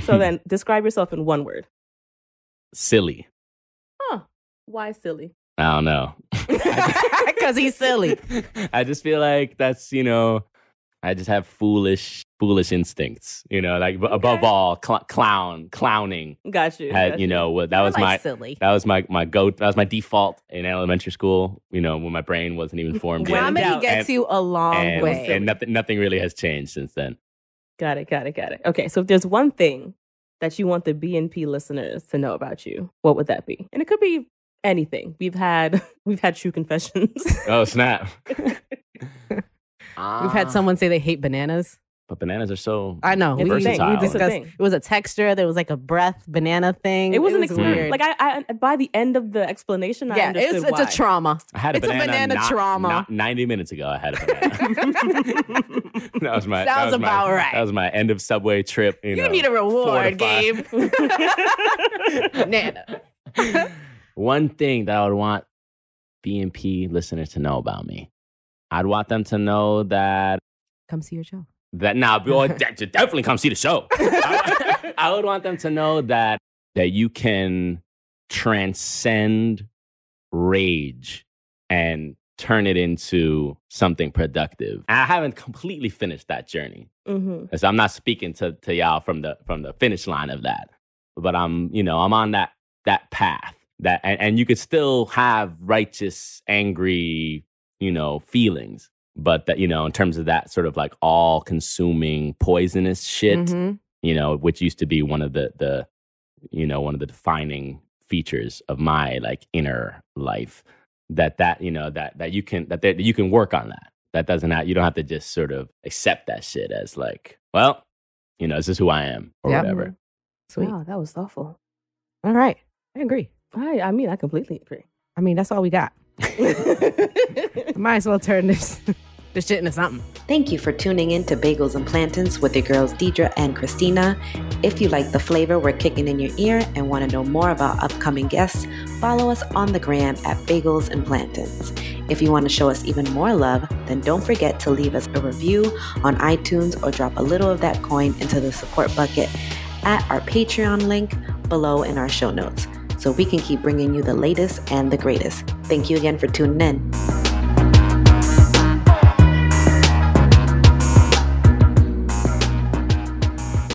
Speaker 1: So then, describe yourself in one word.
Speaker 3: silly.
Speaker 1: Why silly?
Speaker 3: I don't know.
Speaker 5: Because he's silly.
Speaker 3: I just feel like that's you know, I just have foolish, foolish instincts. You know, like but above all, cl- clown, clowning.
Speaker 1: Got you.
Speaker 3: Had
Speaker 1: got
Speaker 3: you know what that was
Speaker 5: I like
Speaker 3: my
Speaker 5: silly.
Speaker 3: that was my my go that was my default in elementary school. You know, when my brain wasn't even formed yet.
Speaker 1: Comedy
Speaker 5: Comedy
Speaker 1: doubt.
Speaker 5: gets
Speaker 3: And-
Speaker 5: you a long
Speaker 3: and,
Speaker 5: way.
Speaker 3: and nothing nothing really has changed since then.
Speaker 1: Got it, got it, got it. Okay, so if there's one thing that you want the BNP listeners to know about you, what would that be? And it could be anything. We've had we've had true confessions.
Speaker 3: Oh snap!
Speaker 5: We've had
Speaker 3: Ah.
Speaker 5: someone say they hate bananas.
Speaker 3: but bananas are so.
Speaker 5: I know.
Speaker 1: It's
Speaker 5: we,
Speaker 1: a thing.
Speaker 3: Versatile.
Speaker 5: we
Speaker 3: It's a
Speaker 5: discussed.
Speaker 1: thing.
Speaker 5: It was a texture. There was like a breath banana thing.
Speaker 1: it was an
Speaker 3: experience.
Speaker 1: experience. Like
Speaker 5: weird.
Speaker 1: I, I by the end of the explanation, I
Speaker 5: yeah,
Speaker 1: understood
Speaker 5: it's, it's a
Speaker 1: why.
Speaker 5: trauma.
Speaker 3: I had a
Speaker 5: It's a
Speaker 3: banana,
Speaker 5: banana
Speaker 3: not-
Speaker 5: trauma.
Speaker 3: not- Ninety minutes ago, I had a banana. that was my.
Speaker 5: Sounds
Speaker 3: that was
Speaker 5: about
Speaker 3: my,
Speaker 5: right.
Speaker 3: That was my end of subway trip. You,
Speaker 5: You
Speaker 3: know,
Speaker 5: need a
Speaker 3: four to
Speaker 5: reward,
Speaker 3: five.
Speaker 5: Gabe. banana.
Speaker 3: One thing that I would want BMP listeners to know about me, I'd want them to know that
Speaker 5: Come see your show.
Speaker 3: that now nah, de- definitely come see the show. I, I would want them to know that that you can transcend rage and turn it into something productive. I haven't completely finished that journey.
Speaker 1: hmm
Speaker 3: And so I'm not speaking to, to y'all from the from the finish line of that. But I'm, you know, I'm on that that path. That and, and you could still have righteous, angry, you know, feelings. But that, you know, in terms of that sort of like all consuming poisonous shit,
Speaker 5: Mhm.
Speaker 3: you know, which used to be one of the the you know, one of the defining features of my like inner life. That that, you know, that that you can that, that you can work on that. That doesn't have you don't have to just sort of accept that shit as like, well, you know, this is who I am or
Speaker 5: Yeah.
Speaker 3: whatever.
Speaker 5: Sweet.
Speaker 1: Wow, that was thoughtful.
Speaker 5: All right. I agree.
Speaker 1: I, I mean, I completely agree.
Speaker 5: I mean, that's all we got. Might as well turn this this shit into something.
Speaker 4: Thank you for tuning in to Bagels and Plantains with your girls Deidre and Christina. If you like the flavor we're kicking in your ear and want to know more about upcoming guests, follow us on the gram at Bagels and Plantains. If you want to show us even more love, then don't forget to leave us a review on iTunes or drop a little of that coin into the support bucket at our Patreon link below in our show notes so we can keep bringing you the latest and the greatest. Thank you again for tuning in.